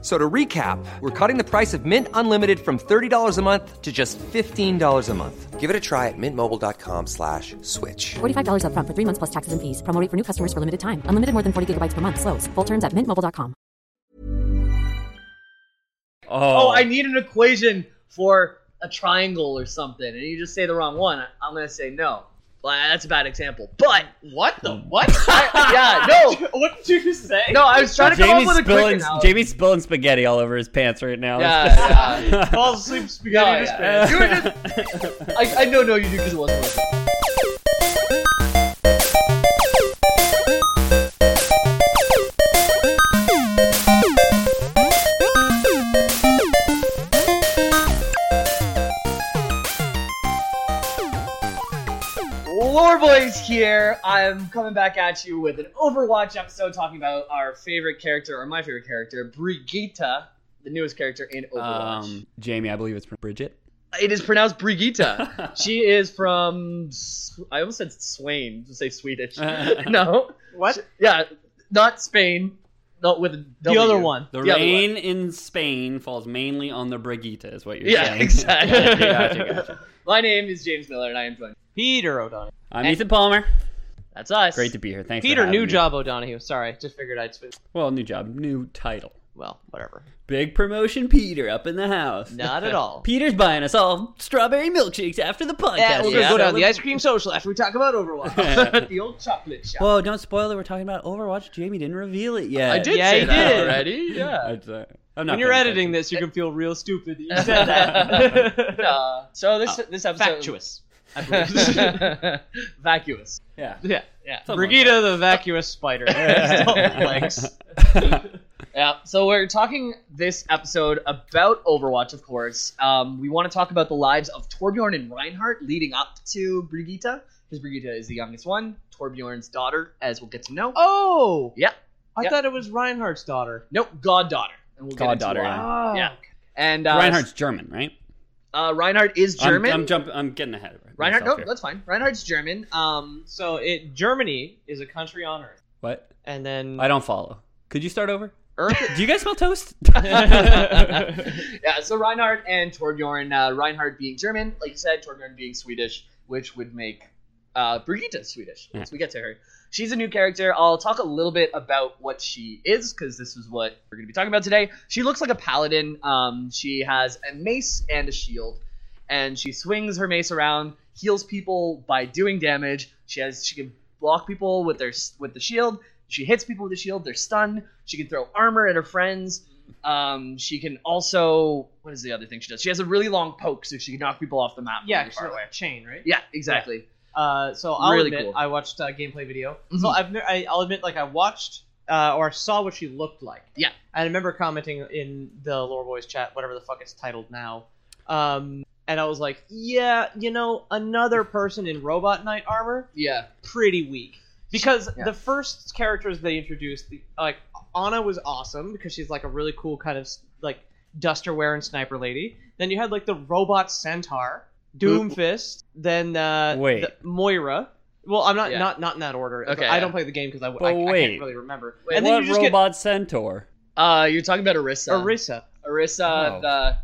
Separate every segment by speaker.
Speaker 1: So to recap, we're cutting the price of Mint Unlimited from $30 a month to just $15 a month. Give it a try at mintmobile.com slash switch.
Speaker 2: $45 upfront for three months plus taxes and fees. Promo rate for new customers for limited time. Unlimited more than 40 gigabytes per month. Slows. Full terms at mintmobile.com.
Speaker 3: oh, I need an equation for a triangle or something, and you just say the wrong one, I'm gonna say no. Well, that's a bad example. But
Speaker 4: What the
Speaker 5: Hmm.
Speaker 4: what?
Speaker 3: yeah, no,
Speaker 4: what did you just say?
Speaker 3: no, I was trying to come up
Speaker 5: Jamie's
Speaker 3: with a quick
Speaker 5: spilling,
Speaker 3: analogy.
Speaker 5: Jamie's spilling spaghetti all over his pants right now.
Speaker 3: Yeah, yeah.
Speaker 4: falls asleep spaghetti
Speaker 3: No,
Speaker 4: in his
Speaker 3: yeah.
Speaker 4: pants.
Speaker 3: You were just- I, I no no you do because it wasn't. working. Lore Boys here. I'm coming back at you with an Overwatch episode talking about our favorite character, or my favorite character, Brigitte, the newest character in Overwatch.
Speaker 5: Um, Jamie, I believe it's Bridget.
Speaker 3: It is pronounced Brigitte. she is from. S- I almost said Swain. Just say Swedish. no.
Speaker 4: What?
Speaker 3: Yeah, not Spain. Not with a W.
Speaker 4: other one.
Speaker 5: The
Speaker 3: other one.
Speaker 5: rain in Spain falls mainly on the Brigitte, is what you're
Speaker 3: Yeah,
Speaker 5: saying.
Speaker 3: exactly.
Speaker 5: Gotcha, gotcha, gotcha.
Speaker 3: My name is James Miller, and I am joined.
Speaker 4: Peter O'Donohue.
Speaker 5: I'm Ethan Palmer.
Speaker 3: That's us.
Speaker 5: Great to be here. Thanks. for
Speaker 4: Peter,
Speaker 5: having
Speaker 4: new
Speaker 5: me.
Speaker 4: job O'Donohue. Sorry, just figured I'd switch.
Speaker 5: Well, new job, new title.
Speaker 4: Well, whatever.
Speaker 5: Big promotion, Peter, up in the house.
Speaker 4: Not at all.
Speaker 5: Peter's buying us all strawberry milkshakes after the podcast.
Speaker 4: Yeah, we're gonna
Speaker 3: yeah.
Speaker 4: go down the ice cream social after we talk about Overwatch. the old chocolate shop.
Speaker 5: Whoa, don't spoil it. We're talking about Overwatch. Jamie didn't reveal it yet.
Speaker 3: I did
Speaker 4: Yeah,
Speaker 3: say
Speaker 4: you
Speaker 3: that
Speaker 4: did.
Speaker 3: already. Yeah.
Speaker 5: I'm sorry. I'm not
Speaker 4: when you're
Speaker 5: paying
Speaker 4: editing
Speaker 5: attention.
Speaker 4: this, you can feel real stupid that you said that. Ah,
Speaker 3: Uh, so this this episode
Speaker 4: Factuous.
Speaker 3: vacuous.
Speaker 5: Yeah.
Speaker 4: Yeah, yeah.
Speaker 5: Something like
Speaker 4: Brigida the vacuous spider. Legs.
Speaker 3: Yeah. So we're talking this episode about Overwatch, of course. Um, we want to talk about the lives of Torbjorn and Reinhardt leading up to Brigitte, because Brigitte is the youngest one, Torbjorn's daughter, as we'll get to know.
Speaker 4: Oh,
Speaker 3: Yeah.
Speaker 4: I
Speaker 3: Yeah.
Speaker 4: thought it was Reinhardt's daughter.
Speaker 3: Nope, goddaughter. And we'll get into
Speaker 5: Goddaughter,
Speaker 3: why.
Speaker 5: yeah.
Speaker 4: Oh.
Speaker 3: Yeah. And uh,
Speaker 5: Reinhardt's German, right?
Speaker 3: uh, Reinhardt is German.
Speaker 5: I'm, I'm jumping. I'm getting ahead. of myself
Speaker 3: Reinhardt, no,
Speaker 5: here.
Speaker 3: that's fine. Reinhardt's German. Um,
Speaker 4: So it Germany is a country on Earth,
Speaker 5: What?
Speaker 4: and then
Speaker 5: I don't follow. Could you start over?
Speaker 3: Earth.
Speaker 5: Do you guys smell toast?
Speaker 3: yeah, so Reinhardt and Torbjorn, uh, Reinhardt being German, like you said, Torbjorn being Swedish, which would make uh, Brigitte Swedish.
Speaker 5: Yeah.
Speaker 3: Once we get to her, she's a new character. I'll talk a little bit about what she is because this is what we're going to be talking about today. She looks like a paladin. Um, she has a mace and a shield, and she swings her mace around, heals people by doing damage. She has she can block people with their s- with the shield. She hits people with the shield. They're stunned. She can throw armor at her friends. Um, she can also what is the other thing she does? She has a really long poke, so she can knock people off the map.
Speaker 4: yeah,
Speaker 3: really
Speaker 4: it's
Speaker 3: far
Speaker 4: like
Speaker 3: away.
Speaker 4: a chain, right?
Speaker 3: Yeah, exactly.
Speaker 4: Uh, so I'll
Speaker 3: Really
Speaker 4: admit,
Speaker 3: cool.
Speaker 4: I watched a gameplay video.
Speaker 3: Mhm.
Speaker 4: So I've, ne- I, I'll admit, like I watched uh, or saw what she looked like.
Speaker 3: Yeah.
Speaker 4: I remember commenting in the Lore Boys chat, whatever the fuck it's titled now. Um, and I was like, yeah, you know, another person in Robot Knight armor,
Speaker 3: Yeah.
Speaker 4: pretty weak. Because
Speaker 3: Yeah.
Speaker 4: the first characters they introduced, the, like Anna was awesome because she's like a really cool kind of s- like duster wearing sniper lady. Then you had like the robot centaur,
Speaker 3: Who-
Speaker 4: Doomfist, then uh,
Speaker 5: Wait.
Speaker 4: the- Moira. Well, I'm not
Speaker 3: Yeah.
Speaker 4: not not in that order.
Speaker 3: Okay,
Speaker 4: I don't
Speaker 3: yeah.
Speaker 4: play the game because I,
Speaker 5: But
Speaker 4: I, I
Speaker 5: wait.
Speaker 4: can't really remember.
Speaker 3: Wait,
Speaker 4: and then
Speaker 5: what
Speaker 4: you just
Speaker 5: robot centaur?
Speaker 3: Uh, you're talking about
Speaker 4: get
Speaker 3: Arissa.
Speaker 4: Orisa.
Speaker 3: Arissa,
Speaker 5: Oh.
Speaker 3: the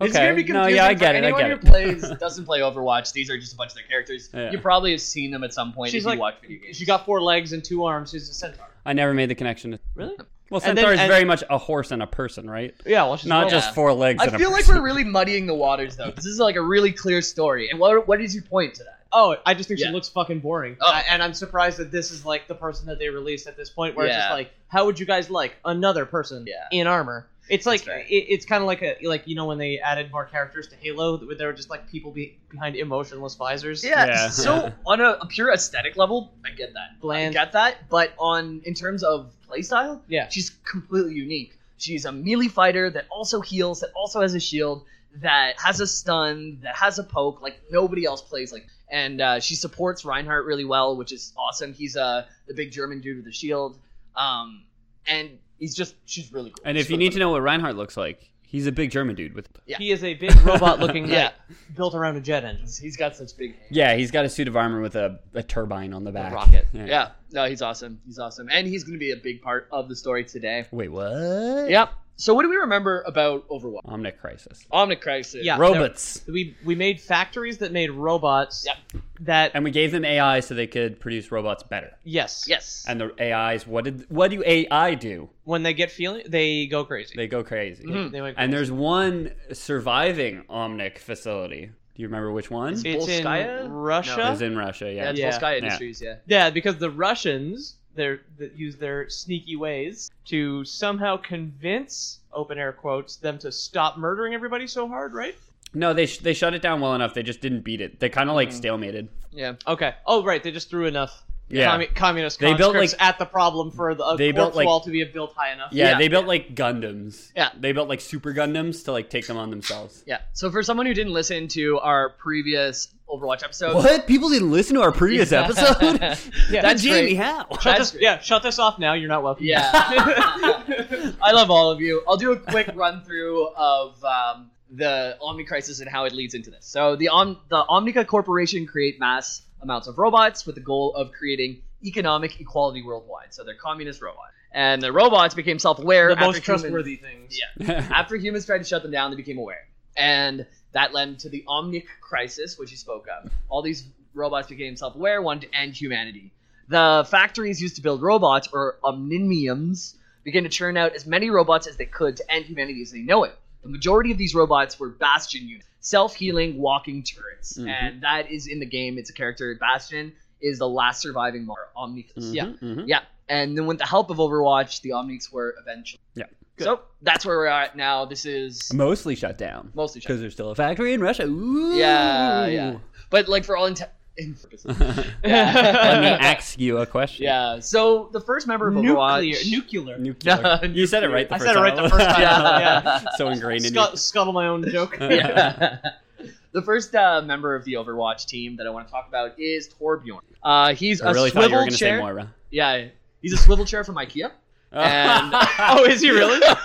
Speaker 5: Okay.
Speaker 3: It's gonna be
Speaker 5: no,
Speaker 3: confusing
Speaker 5: yeah, I
Speaker 3: for
Speaker 5: get it. I
Speaker 3: anyone
Speaker 5: get
Speaker 3: who
Speaker 5: it.
Speaker 3: plays doesn't play Overwatch. These are just a bunch of their characters.
Speaker 5: Yeah.
Speaker 3: You probably have seen them at some point
Speaker 4: She's
Speaker 3: if
Speaker 4: like
Speaker 3: you watch video games.
Speaker 4: she got four legs and two arms. She's a centaur.
Speaker 5: I never made the connection.
Speaker 4: Really?
Speaker 5: Well,
Speaker 4: And
Speaker 5: centaur
Speaker 4: then-
Speaker 5: is
Speaker 4: and-
Speaker 5: very much a horse and a person, right?
Speaker 4: Yeah. Well, she's a
Speaker 5: Not
Speaker 4: robot.
Speaker 5: just four legs.
Speaker 3: I
Speaker 5: and a
Speaker 3: feel like
Speaker 5: person.
Speaker 3: we're really muddying the waters though. 'cause This is like a really clear story. And what what is your point to that?
Speaker 4: Oh, I just think
Speaker 3: Yeah.
Speaker 4: she looks fucking boring.
Speaker 3: Oh.
Speaker 4: I- and I'm surprised that this is like the person that they released at this point, where it's just
Speaker 3: Yeah.
Speaker 4: like, how would you guys like another person
Speaker 3: Yeah.
Speaker 4: in armor? It's like
Speaker 3: fair.
Speaker 4: it, it's kind of like a like you know when they added more characters to Halo, where there were just like people be, behind emotionless visors.
Speaker 3: Yeah.
Speaker 5: Yeah.
Speaker 3: So on a, a pure aesthetic level, I get that.
Speaker 4: Bland.
Speaker 3: I get that. But on in terms of playstyle,
Speaker 4: Yeah.
Speaker 3: she's completely unique. She's a melee fighter that also heals, that also has a shield, that has a stun, that has a poke. Like nobody else plays like. And uh, she supports Reinhardt really well, which is awesome. He's uh, the big German dude with the shield. Um, and he's just she's really cool.
Speaker 5: And if you need to know what Reinhardt looks like, he's a big German dude with.
Speaker 3: Yeah.
Speaker 4: He is a big robot-looking
Speaker 3: Yeah.
Speaker 4: guy built around a jet engine.
Speaker 3: he's got such big hands.
Speaker 5: Yeah, he's got a suit of armor with a, a turbine on the back.
Speaker 3: rocket. Yeah, no, he's awesome. He's awesome, and he's going to be a big part of the story today.
Speaker 5: Wait, what?
Speaker 3: Yep. So what do we remember about Overwatch?
Speaker 5: Omnicrisis.
Speaker 3: Omnicrisis.
Speaker 4: Yeah.
Speaker 5: Robots.
Speaker 4: We we made factories that made robots.
Speaker 3: Yep.
Speaker 4: That
Speaker 5: And we gave them AI so they could produce robots better.
Speaker 4: yes
Speaker 3: Yes.
Speaker 5: And the AIs, what did what do AI do?
Speaker 4: When they get feeling, they go crazy.
Speaker 5: They go crazy.
Speaker 4: They went
Speaker 5: And
Speaker 4: crazy.
Speaker 5: there's one surviving Omnic facility. Do you remember which one? It
Speaker 4: it's in
Speaker 3: Volskaya? No.
Speaker 5: was
Speaker 4: Russia.
Speaker 5: in Russia.
Speaker 3: yeah,
Speaker 5: Yeah.
Speaker 3: it's
Speaker 4: Yeah.
Speaker 3: Volskaya
Speaker 5: Yeah.
Speaker 3: Industries. Yeah.
Speaker 4: Yeah, because the Russians they're, that use their sneaky ways to somehow convince open air quotes them to stop murdering everybody so hard, right?
Speaker 5: No, they sh- they shut it down well enough. They just didn't beat it. They kind of like stalemated.
Speaker 3: Yeah.
Speaker 4: Okay. Oh, right. They just threw enough
Speaker 5: Yeah.
Speaker 4: commu- communist
Speaker 5: They built,
Speaker 4: conscripts
Speaker 5: like-
Speaker 4: at the problem for the a
Speaker 5: They
Speaker 4: corpse
Speaker 5: built, like-
Speaker 4: wall to be built high enough.
Speaker 5: Yeah,
Speaker 3: Yeah.
Speaker 5: they built like Gundams.
Speaker 3: Yeah.
Speaker 5: They built like super Gundams to like take them on themselves.
Speaker 3: Yeah. So for someone who didn't listen to our previous Overwatch episode,
Speaker 5: What? People didn't listen to our previous episode?
Speaker 4: Yeah.
Speaker 3: That's
Speaker 5: Jamie,
Speaker 3: great.
Speaker 5: how?
Speaker 4: Shut
Speaker 3: That's
Speaker 4: this,
Speaker 3: great.
Speaker 4: yeah, shut this off now. You're not welcome.
Speaker 3: Yeah. I love all of you. I'll do a quick run through of um, the Omni crisis and how it leads into this. So the Om- the Omnica Corporation create mass amounts of robots with the goal of creating economic equality worldwide. So they're communist robots, and the robots became self-aware.
Speaker 4: the
Speaker 3: after
Speaker 4: most trustworthy
Speaker 3: humans-
Speaker 4: things.
Speaker 3: Yeah.
Speaker 5: Mm-hmm,
Speaker 3: after humans tried to shut them down, they became aware, and that led to the Omnic crisis, which you spoke of. All these robots became self-aware, wanted to end humanity. The factories used to build robots, or omnimiums, began to churn out as many robots as they could to end humanity as they know it. The majority of these robots were Bastion units, self-healing walking turrets,
Speaker 5: Mhm.
Speaker 3: and that is in the game. It's a character Bastion is the last surviving Mar Omnicus.
Speaker 5: Mm-hmm.
Speaker 3: Yeah. Yeah. And then with the help of Overwatch, the Omnics were eventually.
Speaker 5: Yeah.
Speaker 3: So that's where we're at now. This is
Speaker 5: Mostly shut down.
Speaker 3: mostly
Speaker 5: Because
Speaker 3: shut.
Speaker 5: there's still a factory in Russia. Ooh.
Speaker 3: Yeah, yeah. But like for all intent and purposes.
Speaker 5: Let me
Speaker 3: Yeah.
Speaker 5: ask you a question.
Speaker 3: yeah. So the first member of
Speaker 4: Nuclear,
Speaker 3: Overwatch.
Speaker 4: nuclear.
Speaker 5: Nuclear. you said it right the
Speaker 4: I
Speaker 5: first
Speaker 4: said it
Speaker 5: time.
Speaker 4: right the first time. Yeah.
Speaker 5: so ingrained in
Speaker 4: Scut- scuttle my own joke.
Speaker 5: you.
Speaker 3: Yeah. the first uh, member of the Overwatch team that I want to talk about is Torbjorn. Uh, he's
Speaker 5: I really
Speaker 3: a
Speaker 5: thought you
Speaker 3: swivel
Speaker 5: were going to say
Speaker 3: chair.
Speaker 5: Moira.
Speaker 3: yeah. He's a swivel chair from IKEA. And-
Speaker 4: oh, is he really?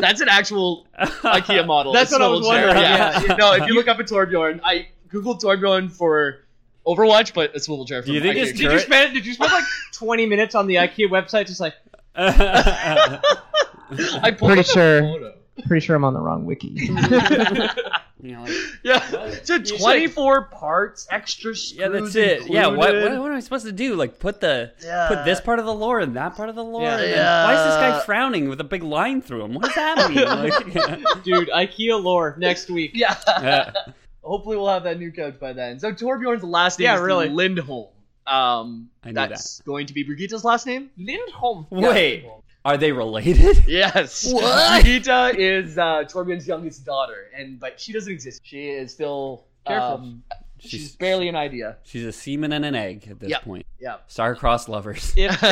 Speaker 3: That's an actual IKEA model.
Speaker 4: That's
Speaker 3: It's
Speaker 4: what I was
Speaker 3: swivel chair.
Speaker 4: wondering,
Speaker 3: Yeah. no, if you look up a Torbjorn, I googled Torbjorn for Overwatch, but a swivel chair.
Speaker 5: Do you
Speaker 3: from
Speaker 5: think
Speaker 3: IKEA.
Speaker 5: it's
Speaker 4: Did you spend? Did you spend like 20 minutes on the IKEA website just like?
Speaker 3: I pulled up
Speaker 4: Pretty
Speaker 3: a
Speaker 4: sure.
Speaker 3: photo.
Speaker 4: Pretty sure I'm on the wrong wiki.
Speaker 5: You know, like,
Speaker 3: Yeah, so
Speaker 5: should-
Speaker 3: twenty-four parts, extra screws
Speaker 5: yeah, that's it. Yeah, what, what,
Speaker 3: included.
Speaker 5: what am I supposed to do? Like, put the
Speaker 3: Yeah.
Speaker 5: put this part of the lore and that part of the lore.
Speaker 4: Yeah.
Speaker 5: and then Why is this
Speaker 3: Yeah.
Speaker 5: guy frowning with a big line through him? What does that mean? Like, uh,
Speaker 4: Dude, IKEA lore next week.
Speaker 3: Yeah.
Speaker 5: Yeah.
Speaker 3: Hopefully, we'll have that new coach by then. So Torbjorn's last name
Speaker 4: Yeah,
Speaker 3: is
Speaker 4: really.
Speaker 3: Lindholm. Um,
Speaker 5: I knew
Speaker 3: that's going to be Brigitte's last name.
Speaker 4: Lindholm.
Speaker 5: Wait, are they related?
Speaker 3: Yes.
Speaker 5: What?
Speaker 3: Brigitte is uh, Torbjorn's youngest daughter, and but she doesn't exist. She is still
Speaker 4: Careful.
Speaker 3: um, she's,
Speaker 5: She's
Speaker 3: barely an idea.
Speaker 5: she's a semen and an egg at this
Speaker 3: Yeah.
Speaker 5: point.
Speaker 3: Yeah.
Speaker 5: Star-crossed lovers.
Speaker 4: If,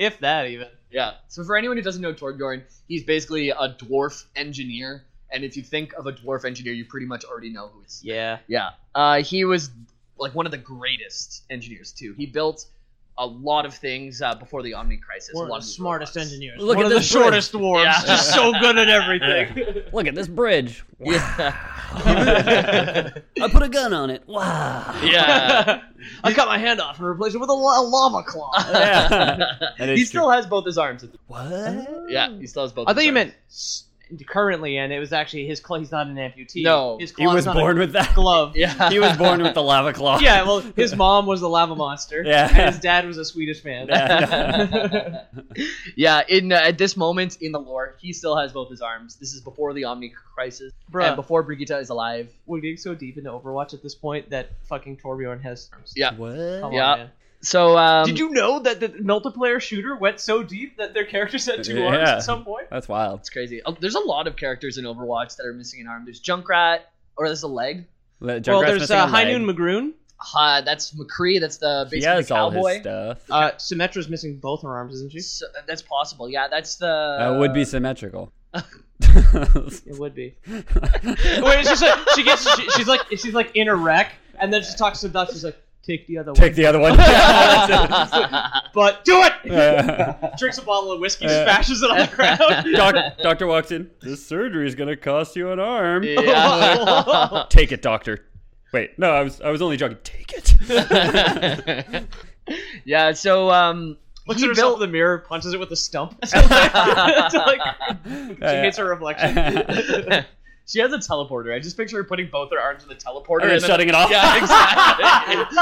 Speaker 4: if that even.
Speaker 3: Yeah. So for anyone who doesn't know Torbjorn, he's basically a dwarf engineer. And if you think of a dwarf engineer, you pretty much already know who he is.
Speaker 4: Yeah.
Speaker 3: Yeah. Uh, he was like one of the greatest engineers too. He built a lot of things uh, before the Omni Crisis.
Speaker 4: One
Speaker 3: a lot
Speaker 4: of the
Speaker 3: these
Speaker 4: smartest
Speaker 3: robots.
Speaker 4: engineers.
Speaker 5: Look at
Speaker 4: One of the
Speaker 5: this bridge.
Speaker 4: shortest dwarves.
Speaker 3: Yeah.
Speaker 4: Just so good at everything.
Speaker 5: Look at this bridge.
Speaker 3: Yeah.
Speaker 5: I put a gun on it. Wow.
Speaker 3: yeah.
Speaker 4: I cut my hand off and replaced it with a, la- a lava claw.
Speaker 5: Yeah. That
Speaker 3: he
Speaker 5: is true.
Speaker 3: still has both his arms.
Speaker 5: What?
Speaker 3: Yeah, he still has both.
Speaker 4: I
Speaker 3: his
Speaker 4: thought you
Speaker 3: arms.
Speaker 4: meant s- currently, and it was actually his claw. He's not an amputee.
Speaker 3: No.
Speaker 4: his
Speaker 5: He
Speaker 4: claw
Speaker 5: was
Speaker 4: is not a
Speaker 5: born with that.
Speaker 4: glove.
Speaker 3: Yeah.
Speaker 5: He was born with the lava claw.
Speaker 4: yeah. Well, his mom was the lava monster.
Speaker 5: Yeah.
Speaker 4: And his dad was a Swedish man.
Speaker 5: Yeah.
Speaker 3: yeah. In uh, at this moment in the lore, he still has both his arms. This is before the Omni Crisis and
Speaker 4: Bruh,
Speaker 3: before Brigitte is alive.
Speaker 4: we're getting so deep into Overwatch at this point that fucking Torbjorn has.
Speaker 3: Yeah.
Speaker 4: Come
Speaker 5: What?
Speaker 3: Yeah.
Speaker 4: on, man.
Speaker 3: So um,
Speaker 4: Did you know that the multiplayer shooter went so deep that their characters had two arms
Speaker 5: Yeah.
Speaker 4: at some point?
Speaker 5: That's wild.
Speaker 3: It's crazy. Oh, There's a lot of characters in Overwatch that are missing an arm. There's Junkrat, or there's a leg.
Speaker 5: Well,
Speaker 4: well, there's uh, High Noon Magroon.
Speaker 3: Uh, that's McCree. That's the
Speaker 5: He
Speaker 3: basically
Speaker 5: has all
Speaker 3: cowboy.
Speaker 5: his stuff.
Speaker 4: Uh, Symmetra's missing both her arms, isn't she?
Speaker 3: So, that's possible. Yeah, that's the.
Speaker 5: that would be symmetrical. Wait,
Speaker 4: It would be. Wait, she's like, she gets, she, she's like, she's like in a wreck, and then she talks to Dutch. She's like, Take the other
Speaker 5: Take
Speaker 4: one.
Speaker 5: the other one.
Speaker 4: but do it!
Speaker 5: Uh,
Speaker 4: Drinks a bottle of whiskey,
Speaker 5: Yeah.
Speaker 4: smashes it on the ground.
Speaker 5: doc- doctor walks in. This surgery is gonna cost you an arm.
Speaker 3: Yeah.
Speaker 5: Take it, doctor. Wait, no, I was I was only joking. Take it.
Speaker 3: yeah. So um,
Speaker 4: Looks
Speaker 3: he
Speaker 4: at herself
Speaker 3: built-
Speaker 4: in the mirror, punches it with a stump. It's like- she hits her reflection.
Speaker 3: she has a teleporter. I just picture her putting both her arms in the teleporter
Speaker 5: Okay,
Speaker 3: and then-
Speaker 5: shutting it off.
Speaker 3: Yeah, exactly.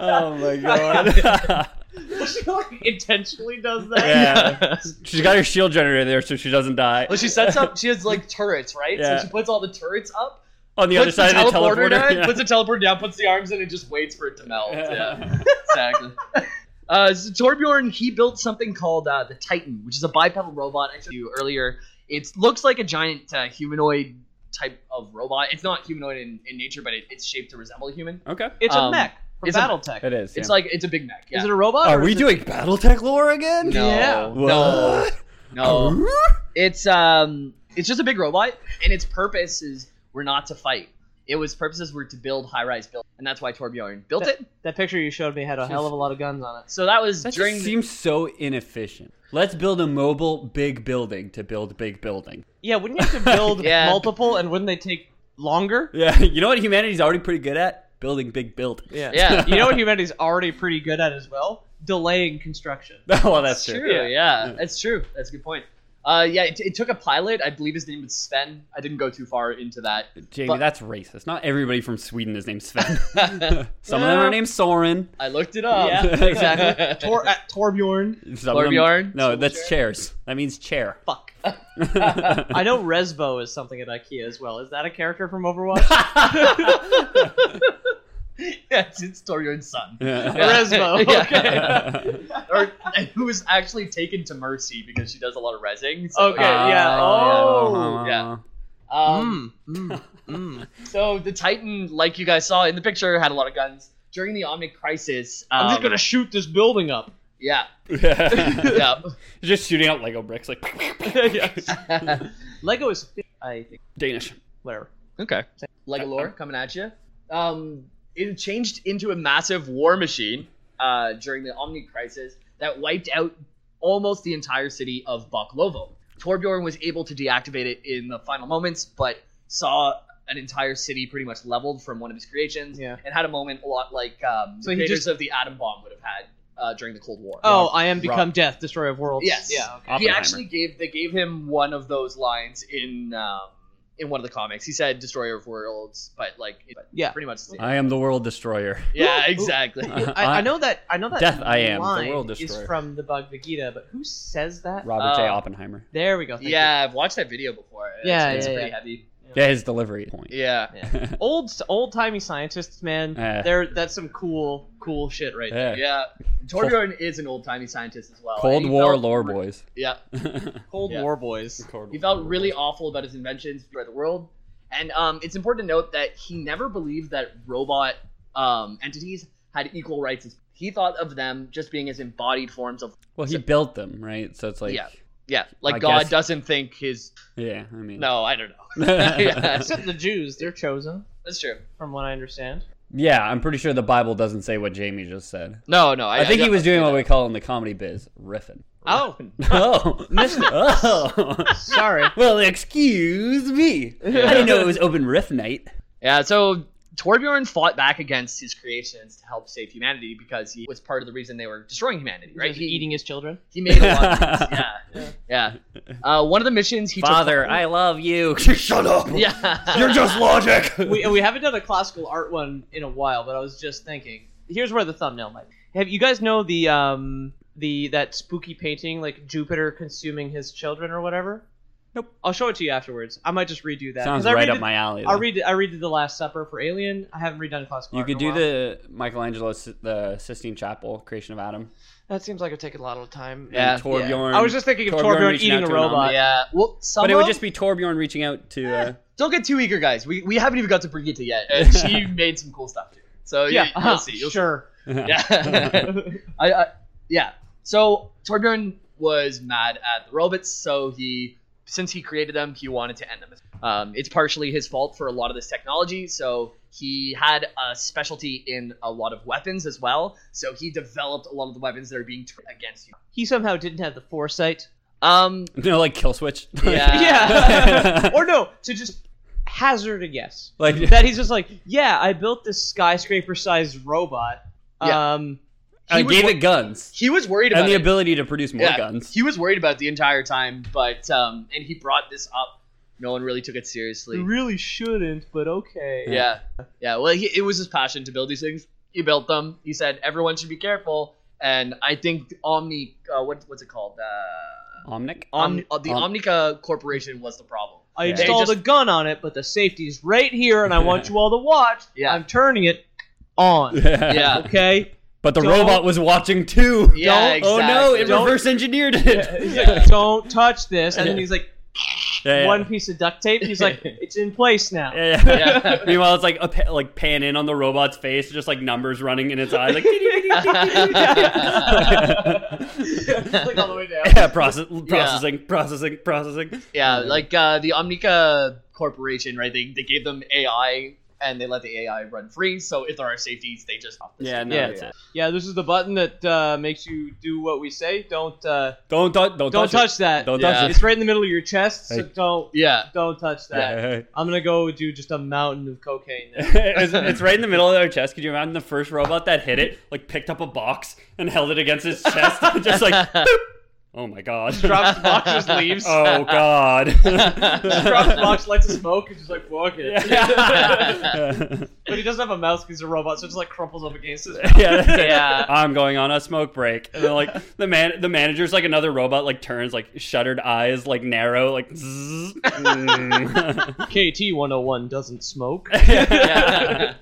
Speaker 5: oh my god.
Speaker 4: she like intentionally does that.
Speaker 5: yeah. She's got her shield generator there, so she doesn't die.
Speaker 3: well, she sets up. She has like turrets, right?
Speaker 5: Yeah.
Speaker 3: So she puts all the turrets up.
Speaker 5: On the other
Speaker 3: puts
Speaker 5: side of the teleporter.
Speaker 3: teleporter down,
Speaker 5: yeah.
Speaker 3: puts the teleporter down, puts the arms in, and just waits for it to melt. Yeah, exactly. Uh, so Torbjorn, he built something called uh, the Titan, which is a bipedal robot I showed you earlier. It looks like a giant uh, humanoid type of robot. It's not humanoid in, in nature, but it, it's shaped to resemble a human.
Speaker 5: Okay.
Speaker 4: It's
Speaker 3: Um,
Speaker 4: a mech from
Speaker 3: it's a-
Speaker 4: BattleTech.
Speaker 5: It is.
Speaker 3: It's
Speaker 5: yeah.
Speaker 3: like it's a big mech. Yeah.
Speaker 4: Is it a robot?
Speaker 5: Are
Speaker 4: or
Speaker 5: we
Speaker 4: is it-
Speaker 5: doing BattleTech lore again?
Speaker 3: no,
Speaker 4: Yeah.
Speaker 3: no, Oh.
Speaker 5: What? Oh.
Speaker 3: no. It's um, it's just a big robot, and its purpose is were not to fight. It was purposes were to build high-rise buildings, and that's why Torbjorn built it.
Speaker 4: That picture you showed me had a hell of a lot of guns on it.
Speaker 3: So that was
Speaker 5: That
Speaker 3: during.
Speaker 5: just seems so inefficient. Let's build a mobile big building to build big building.
Speaker 4: Yeah, wouldn't you have to build
Speaker 3: Yeah.
Speaker 4: multiple and wouldn't they take longer?
Speaker 5: Yeah, you know what humanity's already pretty good at? Building big buildings.
Speaker 3: Yeah.
Speaker 4: you know what humanity's already pretty good at as well? Delaying construction.
Speaker 5: well, that's
Speaker 3: That's true.
Speaker 5: true.
Speaker 3: Yeah. that's true. That's a good point. Uh, yeah, it, it took a pilot. I believe his name was Sven. I didn't go too far into that.
Speaker 5: Jamie,
Speaker 3: But-
Speaker 5: that's racist. Not everybody from Sweden is named Sven. Some of them are named Soren.
Speaker 3: I looked it up.
Speaker 4: Yeah,
Speaker 3: exactly.
Speaker 4: Tor- at Torbjorn.
Speaker 5: Some of them-
Speaker 3: Torbjorn?
Speaker 5: No, that's chairs. That means chair.
Speaker 4: Fuck. I know Resbo is something at IKEA as well. Is that a character from Overwatch?
Speaker 3: yeah, it's, it's Torbjorn's son,
Speaker 5: Yeah.
Speaker 4: Resbo.
Speaker 3: Yeah.
Speaker 4: Okay.
Speaker 3: or uh, who was actually taken to mercy because she does a lot of resing. So,
Speaker 4: Okay. Uh,
Speaker 5: Uh,
Speaker 4: yeah. Oh.
Speaker 3: yeah. Um,
Speaker 4: Mm, mm, mm.
Speaker 3: So the Titan, like you guys saw in the picture, had a lot of guns during the Omni Crisis. Um,
Speaker 4: I'm just gonna shoot this building up.
Speaker 3: Yeah.
Speaker 5: yeah.
Speaker 3: Yeah.
Speaker 5: Just shooting out Lego bricks like
Speaker 4: Lego is, fi- I think,
Speaker 5: Danish.
Speaker 4: whatever.
Speaker 3: Okay. Lego lore coming at you. Um, it changed into a massive war machine uh, during the Omni Crisis that wiped out almost the entire city of Baklovo. Torbjorn was able to deactivate it in the final moments, but saw an entire city pretty much leveled from one of his creations.
Speaker 4: Yeah.
Speaker 3: And had a moment a lot like um,
Speaker 4: So
Speaker 3: the
Speaker 4: he
Speaker 3: creators
Speaker 4: just-
Speaker 3: of the atom bomb would have had uh, during the Cold War.
Speaker 4: Oh, I am become
Speaker 3: Rob.
Speaker 4: death, destroyer of worlds.
Speaker 3: Yes.
Speaker 4: Yeah. okay.
Speaker 3: He
Speaker 5: Oppenheimer.
Speaker 3: actually gave they gave him one of those lines in um, in one of the comics. He said "Destroyer of Worlds," but like it, but
Speaker 4: Yeah.
Speaker 3: pretty much. The same.
Speaker 5: I am the world destroyer.
Speaker 3: yeah, exactly.
Speaker 5: Uh-huh.
Speaker 4: I, I know that. I know that.
Speaker 5: Uh, Death I am, the
Speaker 4: line
Speaker 5: world
Speaker 4: Is
Speaker 5: destroyer.
Speaker 4: from the Bhagavad Gita, but who says that?
Speaker 5: Robert J.
Speaker 3: Uh,
Speaker 5: Oppenheimer.
Speaker 4: There we go. thank
Speaker 3: yeah, I've watched that video before. It's-
Speaker 4: Yeah,
Speaker 3: it's
Speaker 4: yeah,
Speaker 3: pretty
Speaker 4: yeah.
Speaker 3: heavy.
Speaker 5: Yeah, his delivery point.
Speaker 3: Yeah,
Speaker 4: you. Old old timey scientists, man.
Speaker 5: Yeah.
Speaker 4: They're that's some cool cool shit right there.
Speaker 5: Yeah.
Speaker 3: yeah. Torbjorn is an old timey scientist as well. and
Speaker 5: Cold
Speaker 3: he
Speaker 5: War
Speaker 3: felt-
Speaker 5: lore boys.
Speaker 3: Yeah,
Speaker 4: Cold
Speaker 3: Yeah.
Speaker 4: War boys.
Speaker 3: he felt really awful about his inventions throughout the world, and um, it's important to note that he never believed that robot um, entities had equal rights. as He thought of them just being as embodied forms of
Speaker 5: Well, he built them, right? So it's like,
Speaker 3: Yeah.
Speaker 5: yeah,
Speaker 3: Yeah, like
Speaker 5: I
Speaker 3: God
Speaker 5: guess-
Speaker 3: doesn't think his.
Speaker 5: I mean,
Speaker 3: No, I don't know. yeah,
Speaker 4: Except the Jews, they're chosen,
Speaker 3: that's true.
Speaker 4: from what I understand.
Speaker 5: yeah, I'm pretty sure the Bible doesn't say what Jamie just said.
Speaker 3: No, no. I,
Speaker 5: I, think
Speaker 3: I-
Speaker 5: he was doing what we call in the comedy biz riffing.
Speaker 4: Oh,
Speaker 5: Oh, oh.
Speaker 4: sorry.
Speaker 5: well, excuse me. I didn't know it was open riff night.
Speaker 3: Yeah, so Torbjorn fought back against his creations to help save humanity because he was part of the reason they were destroying humanity, right?
Speaker 4: He,
Speaker 3: he,
Speaker 4: eating his children.
Speaker 3: He made a lot. Of things. Yeah, yeah. Uh, one of the missions he
Speaker 5: Father,
Speaker 3: Took-
Speaker 5: I love you. Shut up.
Speaker 3: yeah.
Speaker 5: You're just logic.
Speaker 4: We, we haven't done a classical art one in a while, but I was just thinking. Here's where the thumbnail might. Be. Have you guys know the um the that spooky painting like Jupiter consuming his children or whatever?
Speaker 5: Nope.
Speaker 4: I'll show it to you afterwards. I might just redo that.
Speaker 5: Sounds
Speaker 4: 'cause I
Speaker 5: right
Speaker 4: redid-
Speaker 5: up my alley.
Speaker 4: I
Speaker 5: though.
Speaker 4: read I redid the Last Supper for Alien. I haven't redone classical.
Speaker 5: You
Speaker 4: art
Speaker 5: could
Speaker 4: in
Speaker 5: do
Speaker 4: a while.
Speaker 5: the Michelangelo, the Sistine Chapel, Creation of Adam.
Speaker 4: That seems like it'd take a lot of time.
Speaker 3: Yeah,
Speaker 5: And Torbjorn.
Speaker 4: I was just thinking of
Speaker 5: Torbjorn
Speaker 4: Torbjorn,
Speaker 5: reaching
Speaker 4: eating
Speaker 5: out to
Speaker 4: a
Speaker 5: an
Speaker 4: robot.
Speaker 5: omelet.
Speaker 3: yeah. Well, some.
Speaker 5: But it
Speaker 3: of-
Speaker 5: would just be Torbjorn reaching out to. Uh,
Speaker 3: Don't get too eager, guys. We we haven't even got to Brigitte yet, and she made some cool stuff too. So
Speaker 4: Yeah,
Speaker 3: yeah, you, will see. You'll see.
Speaker 4: sure.
Speaker 3: Yeah. I, I yeah. So Torbjorn was mad at the robots, so he since he created them, he wanted to end them. Um, it's partially his fault for a lot of this technology. So he had a specialty in a lot of weapons as well. So he developed a lot of the weapons that are being turned against you.
Speaker 4: He somehow didn't have the foresight.
Speaker 3: Um,
Speaker 5: You know, like kill switch.
Speaker 3: Yeah.
Speaker 4: Yeah. or no, to just hazard a guess.
Speaker 5: like
Speaker 4: That he's just like, yeah, I built this skyscraper sized robot.
Speaker 3: Yeah.
Speaker 4: Um,
Speaker 5: I
Speaker 3: he was
Speaker 5: gave
Speaker 3: wa-
Speaker 5: it Uh, guns
Speaker 3: he was worried about
Speaker 5: and the
Speaker 3: it.
Speaker 5: ability to produce more
Speaker 3: Yeah,
Speaker 5: guns.
Speaker 3: He was worried about it the entire time, but um, and he brought this up. No one really took it seriously.
Speaker 4: really shouldn't, but okay.
Speaker 3: Yeah, yeah. Well, he, it was his passion to build these things. He built them. He said everyone should be careful. And I think Omni, uh, what, what's it called? Uh,
Speaker 5: Omnic.
Speaker 3: Om, uh, the
Speaker 5: Om-
Speaker 3: Omnica Corporation was the problem.
Speaker 4: I
Speaker 5: Yeah.
Speaker 4: installed
Speaker 3: They just-
Speaker 4: a gun on it, but the safety's right here, and I want you all to watch.
Speaker 3: Yeah.
Speaker 4: I'm turning it on.
Speaker 3: Yeah.
Speaker 4: Okay.
Speaker 5: But the
Speaker 4: Don't-
Speaker 5: robot was watching too.
Speaker 3: Yeah,
Speaker 5: Oh no! It
Speaker 3: exactly.
Speaker 5: reverse engineered it.
Speaker 4: He's like, don't touch this. And then he's like,
Speaker 5: Yeah, yeah.
Speaker 4: one piece of duct tape. He's like, it's in place now.
Speaker 5: Yeah, yeah.
Speaker 3: Yeah.
Speaker 5: Meanwhile, it's like a pa- like pan in on the robot's face, just like numbers running in its eyes, like
Speaker 4: Click all the way down.
Speaker 5: yeah, process, processing, processing, processing.
Speaker 3: Yeah, like uh, the Omnica Corporation, right? They, they gave them AI and they let the AI run free. So if there are safeties, they just
Speaker 5: Yeah, no,
Speaker 4: Yeah.
Speaker 5: that's it.
Speaker 4: Yeah, this is the button that uh, makes you do what we say. Don't uh,
Speaker 5: Don't touch, don't,
Speaker 4: don't touch,
Speaker 5: touch,
Speaker 4: that.
Speaker 5: Don't
Speaker 3: Yeah.
Speaker 5: touch it.
Speaker 4: It's right in the middle of your chest, so
Speaker 5: Hey.
Speaker 4: don't
Speaker 3: yeah.
Speaker 4: don't touch that.
Speaker 5: Yeah.
Speaker 4: I'm gonna go do just a mountain of cocaine. Now.
Speaker 5: it's, it's right in the middle of their chest. Could you imagine the first robot that hit it, like picked up a box and held it against his chest, just like, boop. oh my god,
Speaker 4: Drops the box, just leaves.
Speaker 5: oh god.
Speaker 4: Drops the box, lights a smoke, and just like fuck it.
Speaker 5: yeah.
Speaker 4: But he doesn't have a mouse because he's a robot, so it just like crumples up against his.
Speaker 5: Yeah, that's it.
Speaker 3: Yeah.
Speaker 5: I'm going on a smoke break. And then like the man the manager's like another robot like turns like shuttered eyes, like narrow, like zzz. Mm.
Speaker 4: KT 101 doesn't smoke.
Speaker 3: Yeah.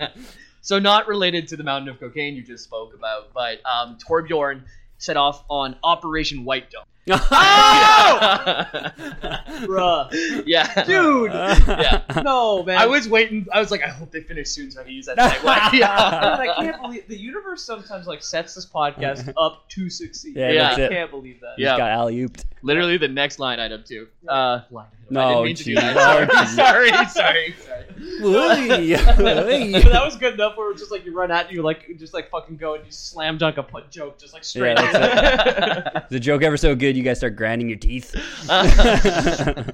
Speaker 3: so not related to the mountain of cocaine you just spoke about, but um, Torbjorn set off on Operation White Dome.
Speaker 4: Bruh.
Speaker 3: yeah,
Speaker 4: Dude!
Speaker 5: yeah.
Speaker 4: No, man.
Speaker 3: I was waiting. I was like, I hope they finish soon so I can use that segue. yeah.
Speaker 4: God, I can't believe the universe sometimes like sets this podcast up to succeed.
Speaker 5: Yeah,
Speaker 3: Yeah.
Speaker 5: that's
Speaker 4: I
Speaker 5: it.
Speaker 4: can't believe that.
Speaker 3: Yeah.
Speaker 5: Got alley ooped.
Speaker 3: Literally the next line item too. Uh, line item. I
Speaker 5: No,
Speaker 3: didn't mean to do
Speaker 5: Oh, geez. Oh,
Speaker 3: that. Sorry, sorry, sorry. sorry.
Speaker 4: but that was good enough where it's just like you run at you like you just like fucking go and you slam dunk a put joke just like straight.
Speaker 5: Yeah,
Speaker 4: at
Speaker 5: The joke ever so good you guys start grinding your teeth.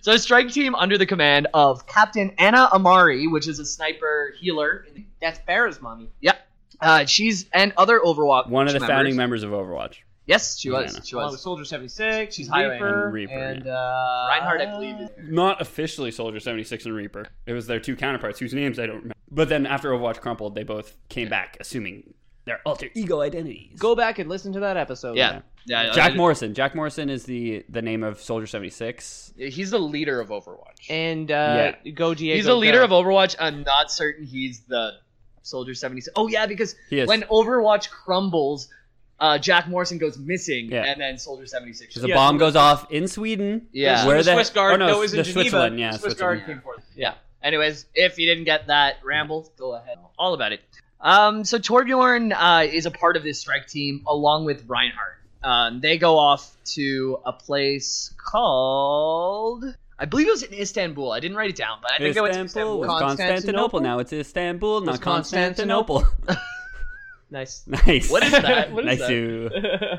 Speaker 3: So strike team under the command of Captain Anna Amari, which is a sniper healer.
Speaker 4: That's Barra's mommy.
Speaker 3: Uh, she's and other Overwatch.
Speaker 5: One of the
Speaker 3: members.
Speaker 5: founding members of Overwatch.
Speaker 3: Yes, she was.
Speaker 5: Anna.
Speaker 3: She
Speaker 4: Along with
Speaker 3: was.
Speaker 4: Soldier seventy six. She's
Speaker 3: She's Highway.
Speaker 4: Reaper
Speaker 5: And Reaper,
Speaker 4: and uh,
Speaker 3: Reinhardt, I believe. Is-
Speaker 5: Not officially Soldier 76 and Reaper. It was their two counterparts whose names I don't remember. But then after Overwatch crumpled, they both came back assuming their alter ego identities.
Speaker 4: Go back and listen to that episode.
Speaker 3: Yeah. Yeah, uh,
Speaker 5: Jack
Speaker 3: I-
Speaker 5: Morrison. Jack Morrison is the the name of Soldier 76.
Speaker 3: He's the leader of Overwatch.
Speaker 4: And uh, Go Diego.
Speaker 3: he's the leader of Overwatch. I'm not certain he's the Soldier 76. Oh yeah, because
Speaker 5: He is.
Speaker 3: when Overwatch crumbles, uh, Jack Morrison goes missing,
Speaker 5: Yeah.
Speaker 3: and then Soldier 76.
Speaker 5: Because a
Speaker 4: Yeah.
Speaker 5: bomb goes off in Sweden.
Speaker 3: Yeah.
Speaker 5: Where
Speaker 4: the
Speaker 5: the
Speaker 4: Swiss guard.
Speaker 5: Oh, no,
Speaker 4: no, it was in
Speaker 5: the
Speaker 4: Geneva.
Speaker 5: Switzerland. Yeah,
Speaker 4: Swiss
Speaker 5: Switzerland.
Speaker 4: guard came forth.
Speaker 3: Yeah. Anyways, if you didn't get that ramble, go ahead. All about it. Um, so Torbjorn uh, is a part of this strike team along with Reinhardt. Um, they go off to a place called. I believe it was in Istanbul. I didn't write it down, but I think
Speaker 5: Istanbul,
Speaker 3: it was Istanbul.
Speaker 5: was Constantinople. Now it's Istanbul, not
Speaker 4: Was Constantinople.
Speaker 5: Constantinople.
Speaker 4: Nice.
Speaker 5: nice.
Speaker 3: What is that? What is
Speaker 5: nice.
Speaker 3: that?
Speaker 5: you.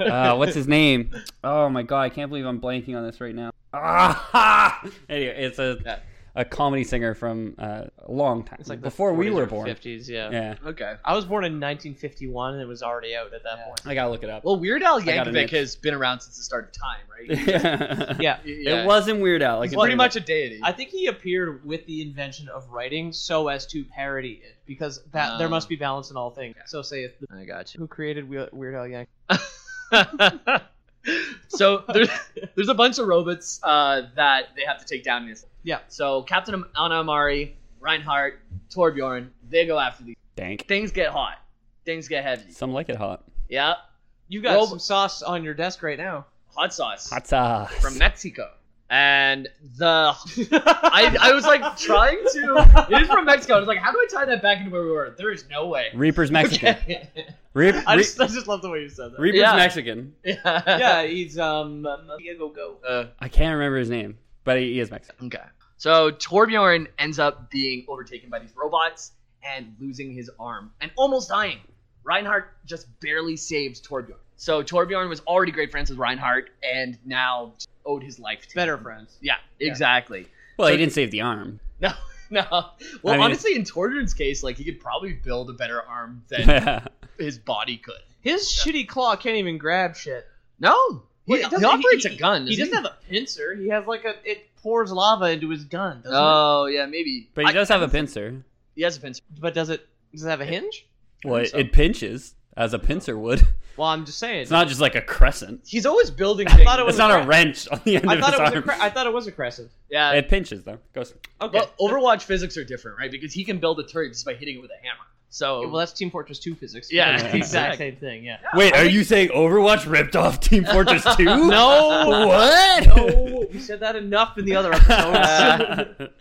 Speaker 5: Uh, what's his name? Oh my god, I can't believe I'm blanking on this right now. Ah! Anyway, it's a
Speaker 3: Yeah.
Speaker 5: a comedy singer from uh, a long time
Speaker 4: It's like the
Speaker 5: before we
Speaker 4: 40s
Speaker 5: were
Speaker 4: or
Speaker 5: born.
Speaker 4: 50s, yeah.
Speaker 5: Yeah,
Speaker 3: Okay.
Speaker 4: I was born in 1951 and it was already out at that point.
Speaker 5: I gotta look it up.
Speaker 3: Well, Weird Al
Speaker 5: I gotta
Speaker 3: Yankovic
Speaker 5: admit.
Speaker 3: has been around since the start of time, right?
Speaker 4: Yeah.
Speaker 3: Yeah.
Speaker 5: It wasn't Weird Al. Like
Speaker 3: He's
Speaker 5: it's
Speaker 3: pretty
Speaker 5: like-
Speaker 3: much a deity.
Speaker 4: I think he appeared with the invention of writing so as to parody it because that there
Speaker 3: Ah.
Speaker 4: must be balance in all things. So saith the,
Speaker 3: I got
Speaker 4: who created Wheel- Weird Al Yankovic.
Speaker 3: you. so there's, there's a bunch of robots uh, that they have to take down. in This.
Speaker 4: Yeah.
Speaker 3: So Captain Am- Anna Amari, Reinhardt, Torbjorn, they go after these.
Speaker 5: dank.
Speaker 3: Things get hot. Things get heavy.
Speaker 5: Some like it hot.
Speaker 3: Yeah.
Speaker 4: You got
Speaker 3: Rob-
Speaker 4: some sauce on your desk right now.
Speaker 3: Hot sauce
Speaker 5: Hot sauce.
Speaker 3: from Mexico. and the I, I was like trying to. It is from Mexico. I was like, how do I tie that back into where we were? There is no way.
Speaker 5: Reaper's Mexican.
Speaker 3: Okay.
Speaker 5: Reap-
Speaker 4: I
Speaker 5: Re-
Speaker 4: just, I just love the way you said that.
Speaker 5: Reaper's
Speaker 3: Yeah.
Speaker 5: Mexican.
Speaker 4: yeah, he's um Diego Go.
Speaker 3: Uh,
Speaker 5: I can't remember his name, but he is Mexican.
Speaker 3: Okay. So Torbjorn ends up being overtaken by these robots and losing his arm and almost dying. Reinhardt just barely saves Torbjorn. So Torbjorn was already great friends with Reinhardt and now owed his life to
Speaker 4: Better
Speaker 3: him.
Speaker 4: friends.
Speaker 3: Yeah, exactly.
Speaker 5: Well, he
Speaker 3: So-
Speaker 5: didn't save the arm.
Speaker 3: No, no. Well,
Speaker 5: I mean-
Speaker 3: honestly, in Torbjorn's case, like he could probably build a better arm than
Speaker 5: yeah.
Speaker 3: his body could.
Speaker 4: His shitty claw can't even grab shit.
Speaker 3: No, he,
Speaker 4: Wait, it
Speaker 3: he
Speaker 4: doesn't-
Speaker 3: operates
Speaker 4: he-
Speaker 3: a gun.
Speaker 4: He
Speaker 3: doesn't
Speaker 4: doesn't have a pincer. He has like a it pours lava into his gun, doesn't
Speaker 3: Oh yeah, maybe.
Speaker 5: But he
Speaker 3: I-
Speaker 5: does have a pincer.
Speaker 3: He has a pincer.
Speaker 4: it? But does it does it have a hinge?
Speaker 5: Well, it,
Speaker 3: so.
Speaker 5: it pinches as a pincer would.
Speaker 4: Well, I'm just saying.
Speaker 5: It's not just like a crescent.
Speaker 3: He's always building things.
Speaker 4: thought it
Speaker 5: It's
Speaker 4: was-
Speaker 5: not a wrench on the end
Speaker 4: I
Speaker 5: of
Speaker 4: thought
Speaker 5: his
Speaker 4: it was a
Speaker 5: arm.
Speaker 4: cre- I thought it was a crescent.
Speaker 3: yeah,
Speaker 5: it pinches though. Goes.
Speaker 4: Okay.
Speaker 3: Well, Overwatch physics are different, right? Because he can build a turret just by hitting it with a hammer. So
Speaker 4: well, that's Team Fortress 2 physics.
Speaker 3: Yeah,
Speaker 4: It's the exact
Speaker 3: exactly.
Speaker 4: Same thing. Yeah.
Speaker 5: Wait, are you saying Overwatch ripped off Team Fortress 2?
Speaker 4: No.
Speaker 5: What?
Speaker 4: No, Oh, we said that enough in the other episodes.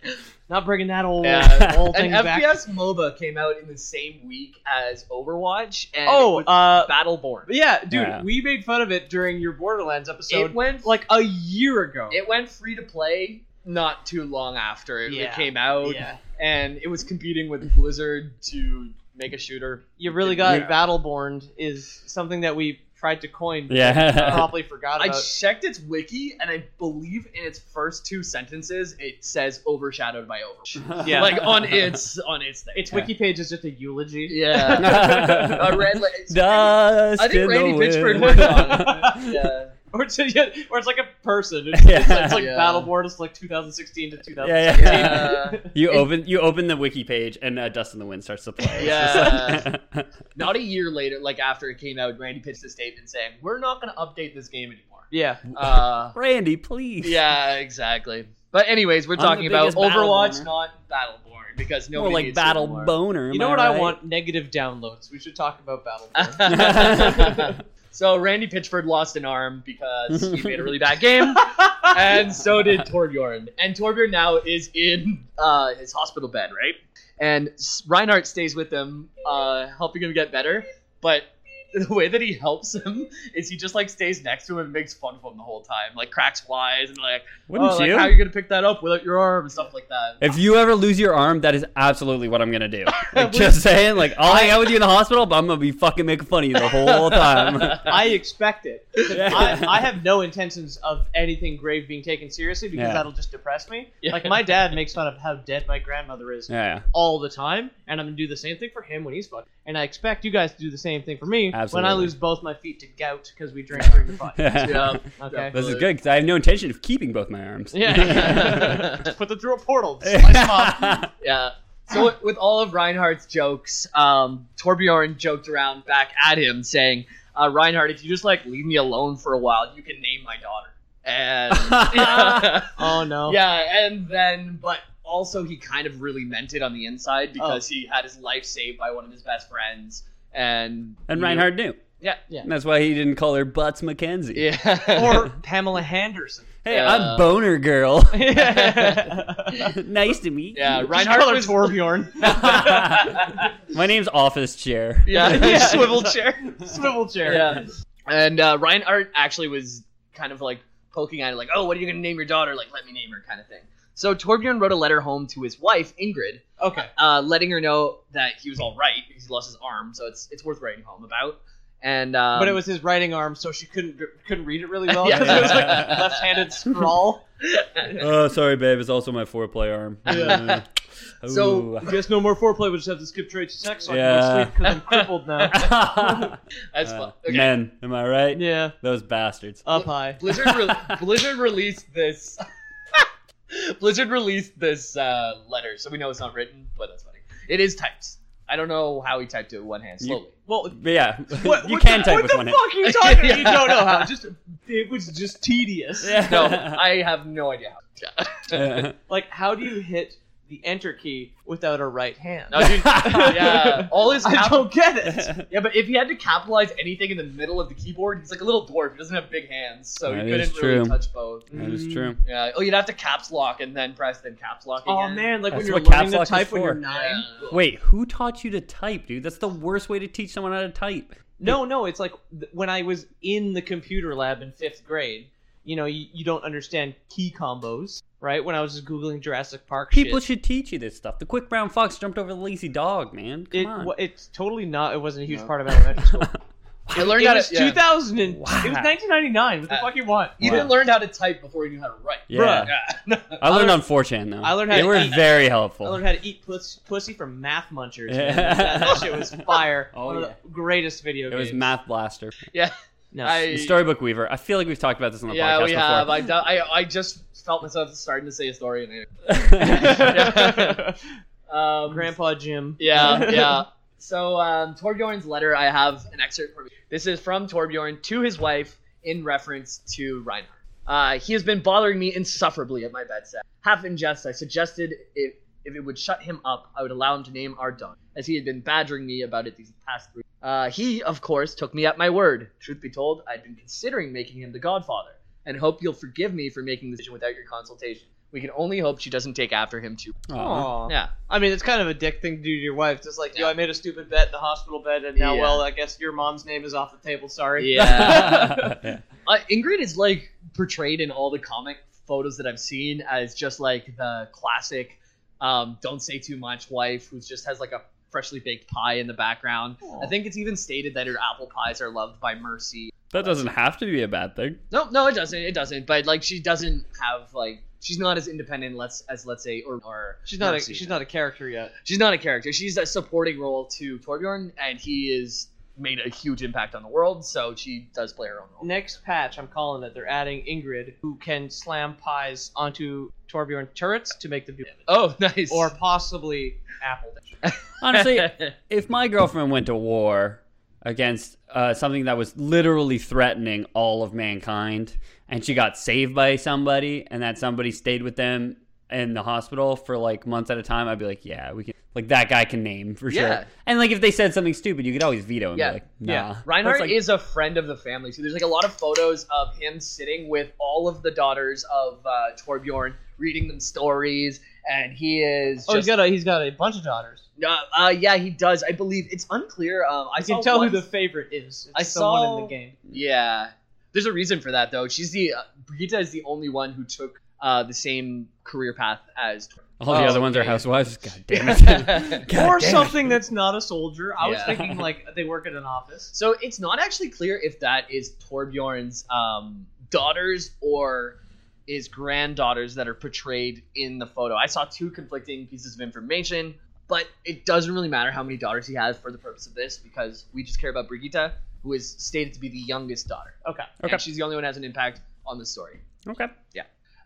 Speaker 4: Not bringing that old
Speaker 3: Yeah.
Speaker 4: old
Speaker 3: an
Speaker 4: thing back.
Speaker 3: FPS MOBA came out in the same week as Overwatch, and
Speaker 4: Oh,
Speaker 3: it was
Speaker 4: uh,
Speaker 3: Battleborn.
Speaker 4: yeah, dude,
Speaker 5: Yeah.
Speaker 4: we made fun of it during your Borderlands episode
Speaker 3: It went
Speaker 4: like a year ago.
Speaker 3: it went free to play not too long after it, it
Speaker 4: Yeah.
Speaker 3: came out,
Speaker 4: yeah,
Speaker 3: and it was competing with Blizzard to make a shooter.
Speaker 4: you really got
Speaker 5: Yeah.
Speaker 4: Battleborn is something that we tried to coin. but
Speaker 5: Yeah.
Speaker 4: probably forgot
Speaker 3: I
Speaker 4: about.
Speaker 3: checked its wiki, and I believe in its first two sentences it says overshadowed by Overwatch.
Speaker 4: Yeah.
Speaker 3: like on its on its thing.
Speaker 4: its wiki page is just a eulogy.
Speaker 3: yeah. I read like, it's
Speaker 5: Dust
Speaker 3: I think
Speaker 5: in the
Speaker 3: Randy
Speaker 5: wind.
Speaker 3: Pitchford worked on
Speaker 4: it.
Speaker 3: pretty- yeah.
Speaker 4: or, it's, yeah, or it's like a person. It's, it's, it's like
Speaker 3: Yeah.
Speaker 4: Battleborn is like 2016 to 2000.
Speaker 5: Yeah, yeah.
Speaker 3: Yeah.
Speaker 5: You open you open the wiki page and uh, Dust in the Wind starts to play. It's just like-
Speaker 3: Not a year later, like after it came out, Randy pitched a statement saying, "We're not going to update this game anymore."
Speaker 4: yeah.
Speaker 3: Uh,
Speaker 5: Randy, please.
Speaker 3: yeah, exactly. But anyways, we're
Speaker 5: I'm
Speaker 3: talking
Speaker 5: the
Speaker 3: about
Speaker 5: biggest
Speaker 3: Overwatch,
Speaker 5: Battleborn.
Speaker 3: not Battleborn, because
Speaker 5: More
Speaker 3: nobody
Speaker 5: like
Speaker 3: needs to
Speaker 5: Battle
Speaker 3: anymore.
Speaker 5: Boner. am
Speaker 4: You know what I
Speaker 5: right?
Speaker 4: want? Negative downloads. We should talk about Battleborn.
Speaker 3: so Randy Pitchford lost an arm because he made a really bad game, and so did Torbjorn. And Torbjorn now is in uh, his hospital bed, right? And S- Reinhardt stays with him, uh, helping him get better. But the way that he helps him is he just like stays next to him and makes fun of him the whole time, like cracks wise and like,
Speaker 5: Wouldn't
Speaker 3: "Oh, like,
Speaker 5: you?
Speaker 3: how are you gonna pick that up without your arm and stuff like that?
Speaker 5: if you ever lose your arm, that is absolutely what I'm gonna do. Like, just saying, like I'll hang out with you in the hospital, but I'm gonna be fucking making fun of you the whole time.
Speaker 4: I expect it. 'Cause
Speaker 5: Yeah.
Speaker 4: I, I have no intentions of anything grave being taken seriously because
Speaker 5: Yeah.
Speaker 4: that'll just depress me.
Speaker 3: Yeah.
Speaker 4: Like my dad makes fun of how dead my grandmother is
Speaker 5: yeah,
Speaker 4: all the time, and I'm gonna do the same thing for him when he's fucked. And I expect you guys to do the same thing for me when I
Speaker 5: Absolutely.
Speaker 4: lose both my feet to gout because we drink during the fight.
Speaker 5: yeah.
Speaker 3: Yeah.
Speaker 4: Okay.
Speaker 5: This is good because I have no intention of keeping both my arms.
Speaker 4: Yeah. Just Put them through a portal.
Speaker 3: Yeah. So with- with all of Reinhardt's jokes, um, Torbjorn joked around back at him saying, uh, "Reinhardt, if you just like leave me alone for a while, you can name my daughter." And yeah,
Speaker 4: Oh no.
Speaker 3: and then but also he kind of really meant it on the inside because he had his life saved by one of his best friends and
Speaker 5: and Reinhard knew.
Speaker 3: Yeah,
Speaker 5: And that's why he didn't call her Butts Mackenzie.
Speaker 3: yeah.
Speaker 4: Or Pamela Henderson.
Speaker 5: Hey,
Speaker 3: Yeah.
Speaker 5: I'm Boner Girl.
Speaker 4: yeah.
Speaker 5: nice to meet
Speaker 3: yeah,
Speaker 5: you.
Speaker 3: Reinhardt was
Speaker 4: Torbjorn.
Speaker 5: My name's Office Chair.
Speaker 3: yeah,
Speaker 4: Yeah.
Speaker 3: swivel chair.
Speaker 4: Swivel chair.
Speaker 3: Yeah. And uh, Reinhardt actually was kind of like poking at it, like, oh, what are you going to name your daughter? Like, let me name her, kind of thing. So Torbjorn wrote a letter home to his wife, Ingrid,
Speaker 4: Okay.
Speaker 3: uh, letting her know that he was all right because he lost his arm. So it's it's worth writing home about. And um,
Speaker 4: but it was his writing arm, so she couldn't couldn't read it really well
Speaker 3: Yeah.
Speaker 4: because it was like left-handed scrawl.
Speaker 5: Oh, sorry, babe. It's also my foreplay arm.
Speaker 4: Yeah.
Speaker 5: Uh,
Speaker 3: So-
Speaker 5: ooh.
Speaker 4: I guess no more foreplay. We'll just have to skip straight to sex. So I
Speaker 5: Yeah.
Speaker 4: can go sleep because I'm crippled now.
Speaker 3: that's
Speaker 5: Uh,
Speaker 3: fun. Okay.
Speaker 5: Men, am I right?
Speaker 4: yeah,
Speaker 5: Those bastards.
Speaker 4: up high.
Speaker 3: Blizzard re- Blizzard released this. Blizzard released this uh, letter, so we know it's not written, but that's funny. It is typed. I don't know how he typed it with one hand
Speaker 5: You-
Speaker 3: slowly.
Speaker 4: Well,
Speaker 5: But yeah,
Speaker 4: what,
Speaker 5: you
Speaker 4: what
Speaker 5: can
Speaker 4: the,
Speaker 5: type
Speaker 4: what
Speaker 5: with
Speaker 4: the
Speaker 5: one hand.
Speaker 4: fuck are you talking about? You don't know how. Just it was just tedious.
Speaker 5: Yeah.
Speaker 3: no, I have no idea how.
Speaker 5: Yeah.
Speaker 4: Like, how do you hit the enter key without a right hand.
Speaker 5: Oh,
Speaker 3: No, dude, yeah, all his
Speaker 4: I
Speaker 3: cap-
Speaker 4: don't get it.
Speaker 3: yeah, but if he had to capitalize anything in the middle of the keyboard, he's like a little dwarf. He doesn't have big hands, so
Speaker 5: That
Speaker 3: he
Speaker 5: is
Speaker 3: couldn't really
Speaker 5: true.
Speaker 3: touch both.
Speaker 5: That is true.
Speaker 3: Yeah. Oh, you'd have to caps lock and then press, then caps lock.
Speaker 4: Oh
Speaker 3: again.
Speaker 4: man, like
Speaker 5: That's
Speaker 4: when
Speaker 5: what
Speaker 4: you're
Speaker 5: caps
Speaker 4: learning to
Speaker 5: lock is
Speaker 4: type when you're
Speaker 5: for.
Speaker 4: nine.
Speaker 5: Wait, who taught you to type, dude? That's the worst way to teach someone how to type.
Speaker 4: No, no, it's like th- when I was in the computer lab in fifth grade. You know, you, you don't understand key combos, right? When I was just googling Jurassic Park,
Speaker 5: People
Speaker 4: shit.
Speaker 5: should teach you this stuff. The quick brown fox jumped over the lazy dog, man. Come
Speaker 4: It,
Speaker 5: on.
Speaker 4: wa- it's totally not. It wasn't a huge part of elementary school.
Speaker 3: You learned
Speaker 4: it
Speaker 3: how
Speaker 4: was
Speaker 3: to. Yeah.
Speaker 4: 2000. And,
Speaker 5: Wow.
Speaker 4: It was 1999. What the
Speaker 3: Uh,
Speaker 4: fuck you want?
Speaker 3: You didn't learn how to type before you knew how to write.
Speaker 5: yeah.
Speaker 3: Yeah.
Speaker 5: I learned on 4chan though.
Speaker 4: I learned how
Speaker 5: they
Speaker 4: to
Speaker 5: were
Speaker 4: eat-
Speaker 5: very
Speaker 4: I
Speaker 5: helpful.
Speaker 4: learned how to eat puss, pussy from Math Munchers.
Speaker 5: Yeah.
Speaker 4: man. That, that shit was fire.
Speaker 5: Oh,
Speaker 4: One of
Speaker 5: yeah.
Speaker 4: the greatest video
Speaker 5: it was
Speaker 4: games.
Speaker 5: Math Blaster.
Speaker 3: yeah.
Speaker 4: No.
Speaker 3: I-
Speaker 5: And Storybook Weaver. I feel like we've talked about this on the
Speaker 3: Yeah,
Speaker 5: podcast
Speaker 3: we have.
Speaker 5: before.
Speaker 3: I, do- I, I just felt myself starting to say a story. And I, um,
Speaker 4: Grandpa Jim.
Speaker 3: Yeah, yeah. So um, Torbjorn's letter, I have an excerpt for This is from Torbjorn to his wife in reference to Reinhard. Uh, he has been bothering me insufferably at my bedside. Half in jest, I suggested if, if it would shut him up, I would allow him to name our dog, as he had been badgering me about it these past three. Uh, he, of course, took me at my word. Truth be told, I'd been considering making him the godfather, and hope you'll forgive me for making the decision without your consultation. We can only hope she doesn't take after him too.
Speaker 5: Aw.
Speaker 4: Aw.
Speaker 3: Yeah.
Speaker 4: I mean, it's kind of a dick thing to do to your wife. Just like, yo, I made a stupid bet in the hospital bed, and now,
Speaker 3: Yeah.
Speaker 4: well, I guess your mom's name is off the table. Sorry.
Speaker 5: Yeah.
Speaker 3: uh, Ingrid is like portrayed in all the comic photos that I've seen as just like the classic um, don't say too much wife who just has like a freshly baked pie in the background. I think it's even stated that her apple pies are loved by Mercy.
Speaker 5: That doesn't have to be a bad thing.
Speaker 3: No, no, it doesn't. It doesn't. But like she doesn't have like she's not as independent let's as let's say or or
Speaker 4: She's not. A,
Speaker 3: Mercy.
Speaker 4: she's not a character yet.
Speaker 3: she's not a character. She's a supporting role to Torbjorn and he is made a huge impact on the world, so she does play her own role.
Speaker 4: Next patch, I'm calling it. They're adding Ingrid, who can slam pies onto Torbjorn turrets to make the view,
Speaker 3: Oh, nice.
Speaker 4: or possibly apple.
Speaker 5: Honestly, if my girlfriend went to war against uh, something that was literally threatening all of mankind, and she got saved by somebody, and that somebody stayed with them in the hospital for like months at a time, I'd be like, yeah, we can. Like that guy can name for
Speaker 3: Yeah.
Speaker 5: sure. And like if they said something stupid, you could always veto and
Speaker 3: Yeah.
Speaker 5: be like, nah.
Speaker 4: Yeah.
Speaker 5: But it's
Speaker 3: Reinhardt
Speaker 5: like,
Speaker 3: is a friend of the family, so there's like a lot of photos of him sitting with all of the daughters of uh, Torbjorn, reading them stories, and he is.
Speaker 4: Oh, he's
Speaker 3: just,
Speaker 4: got a he's got a bunch of daughters.
Speaker 3: uh, uh, yeah, he does. I believe it's unclear. Um, I
Speaker 4: I
Speaker 3: saw
Speaker 4: can tell
Speaker 3: one-
Speaker 4: who the favorite is. It's
Speaker 3: I
Speaker 4: someone in
Speaker 3: saw-
Speaker 4: the game.
Speaker 3: Yeah, there's a reason for that though. She's the uh, Brigitte is the only one who took uh, the same career path as. Torbjorn.
Speaker 5: all the
Speaker 3: Oh,
Speaker 5: other ones are
Speaker 3: okay.
Speaker 5: housewives. God damn it. God damn
Speaker 4: or
Speaker 5: it.
Speaker 4: something that's not a soldier. I was
Speaker 3: Yeah.
Speaker 4: thinking like they work at an office.
Speaker 3: So it's not actually clear if that is Torbjorn's um, daughters or his granddaughters that are portrayed in the photo. I saw two conflicting pieces of information, but it doesn't really matter how many daughters he has for the purpose of this because we just care about Brigitte, who is stated to be the youngest daughter.
Speaker 4: Okay.
Speaker 3: And
Speaker 5: Okay.
Speaker 3: she's the only one who has an impact on the story.
Speaker 5: Okay.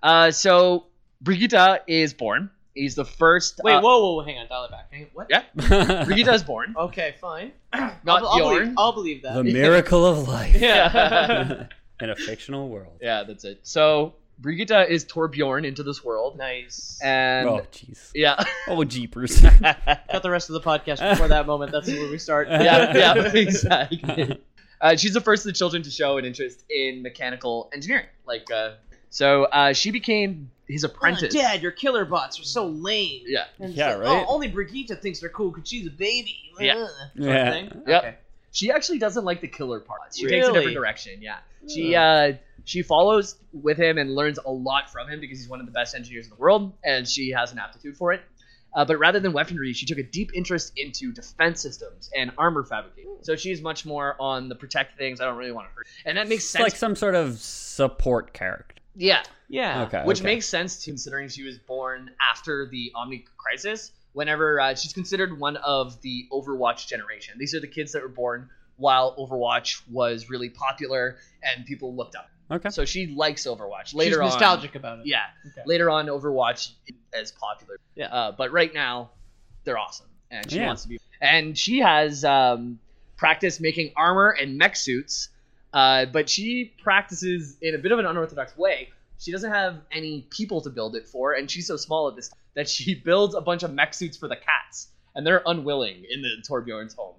Speaker 3: Uh, so Brigitte is born. He's the first.
Speaker 4: Wait,
Speaker 3: uh,
Speaker 4: whoa, whoa, whoa, hang on, dial it back. Hang on. What?
Speaker 3: Yeah. Brigitte is born.
Speaker 4: Okay, fine.
Speaker 3: Not
Speaker 4: I'll, I'll
Speaker 3: Bjorn.
Speaker 4: believe, I'll believe that.
Speaker 5: the miracle of life
Speaker 4: yeah.
Speaker 5: in a fictional world.
Speaker 3: yeah, that's it. So Brigitte is Torbjorn into this world.
Speaker 4: nice.
Speaker 3: And
Speaker 5: Oh jeez.
Speaker 3: yeah.
Speaker 5: Oh jeepers.
Speaker 4: Cut the rest of the podcast before that moment. That's where we start.
Speaker 3: yeah, yeah, exactly. Uh, she's the first of the children to show an interest in mechanical engineering. Like, uh, so uh, she became his apprentice.
Speaker 4: Oh, Dad, your killer bots are so lame.
Speaker 3: Yeah.
Speaker 4: And it's
Speaker 5: Yeah,
Speaker 4: like,
Speaker 5: right?
Speaker 4: Oh, only Brigitte thinks they're cool because she's a baby.
Speaker 3: Yeah.
Speaker 4: Ugh.
Speaker 5: Yeah.
Speaker 4: Sort of thing?
Speaker 3: Yeah.
Speaker 4: Okay.
Speaker 3: She actually doesn't like the killer part. She takes a different
Speaker 4: Really?
Speaker 3: direction. Yeah. She uh, she follows with him and learns a lot from him because he's one of the best engineers in the world, and she has an aptitude for it. Uh, but rather than weaponry, she took a deep interest into defense systems and armor fabrication. So she's much more on the protect things. I don't really want to hurt. And that makes
Speaker 5: It's
Speaker 3: sense.
Speaker 5: like some sort of support character.
Speaker 3: yeah.
Speaker 4: Yeah.
Speaker 5: Okay.
Speaker 3: which
Speaker 5: okay.
Speaker 3: makes sense too, considering she was born after the Omni Crisis. Whenever uh, she's considered one of the Overwatch generation, these are the kids that were born while Overwatch was really popular and people looked up.
Speaker 5: okay.
Speaker 3: So she likes Overwatch.
Speaker 4: She's
Speaker 3: Later on,
Speaker 4: nostalgic about it.
Speaker 3: Yeah,
Speaker 4: Okay.
Speaker 3: later on, Overwatch isn't as popular.
Speaker 4: Yeah.
Speaker 3: uh, but right now, they're awesome, and she
Speaker 5: Yeah.
Speaker 3: wants to be. And she has um, practiced making armor and mech suits, uh, but she practices in a bit of an unorthodox way. She doesn't have any people to build it for, and she's so small at this that she builds a bunch of mech suits for the cats, and they're unwilling in the Torbjorn's home.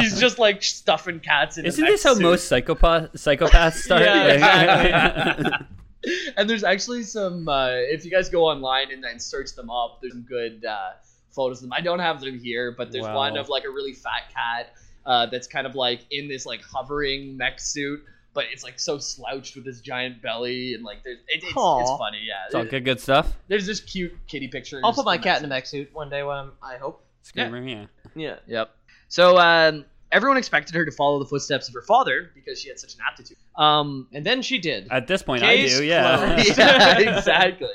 Speaker 3: she's just like stuffing cats in. a
Speaker 5: Isn't
Speaker 3: mech
Speaker 5: this how
Speaker 3: suit.
Speaker 5: most psychopath psychopaths start?
Speaker 3: Yeah,
Speaker 5: Like-
Speaker 3: and there's actually some uh, if you guys go online and then search them up there's some good uh, photos of them i don't have them here but there's
Speaker 5: Wow.
Speaker 3: one of like a really fat cat uh, that's kind of like in this like hovering mech suit but it's like so slouched with this giant belly and like there's it, it's, it's
Speaker 4: Aw.
Speaker 3: funny yeah
Speaker 5: it's all good, good stuff.
Speaker 3: there's this cute kitty picture
Speaker 4: I'll put my cat in a mech suit one day when I'm, I hope.
Speaker 5: Screamer, yeah.
Speaker 4: Yeah.
Speaker 3: Yep. So um, everyone expected her to follow the footsteps of her father because she had such an aptitude. Um,
Speaker 4: And then she did.
Speaker 5: At this point,
Speaker 4: Case
Speaker 5: I do. Yeah.
Speaker 4: closed.
Speaker 3: yeah, exactly,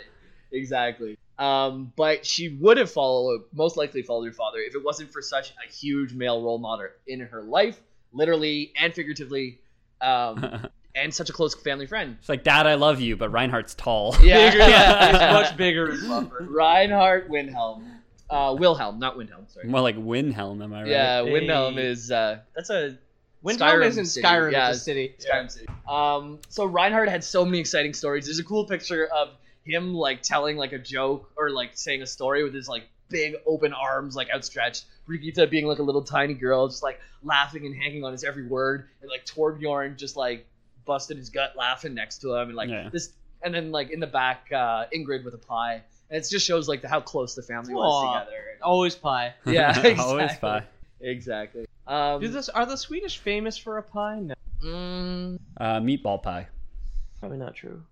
Speaker 3: exactly. Um, but she would have followed, most likely followed her father, if it wasn't for such a huge male role model in her life, literally and figuratively, um, and such a close family friend.
Speaker 5: it's like, Dad, I love you, but Reinhardt's tall.
Speaker 3: Yeah,
Speaker 4: It's much bigger.
Speaker 3: Reinhard Wilhelm, uh, Wilhelm, not Wilhelm. Sorry.
Speaker 5: More like Windhelm, am I right?
Speaker 3: Yeah,
Speaker 4: Hey.
Speaker 3: Wilhelm is uh, that's a
Speaker 4: Windhelm
Speaker 3: Skyrim
Speaker 4: isn't
Speaker 3: city.
Speaker 4: Skyrim,
Speaker 3: Yeah,
Speaker 4: it's a city.
Speaker 3: Skyrim City. Um, so Reinhardt had so many exciting stories. There's a cool picture of him like telling like a joke or like saying a story with his like big open arms like outstretched. Brigitte being like a little tiny girl, just like laughing and hanging on his every word, and like Torbjorn just like busted his gut laughing next to him, and like
Speaker 5: Yeah.
Speaker 3: this, and then like in the back, uh, Ingrid with a pie. And it just shows like the, how close the family
Speaker 4: Aw.
Speaker 3: was together.
Speaker 4: Always pie.
Speaker 3: Yeah,
Speaker 5: Always
Speaker 3: exactly.
Speaker 5: pie.
Speaker 3: Exactly. Um,
Speaker 4: Do this, are the Swedish famous for a pie? No.
Speaker 3: mm,
Speaker 5: Uh, meatball pie.
Speaker 4: Probably not true.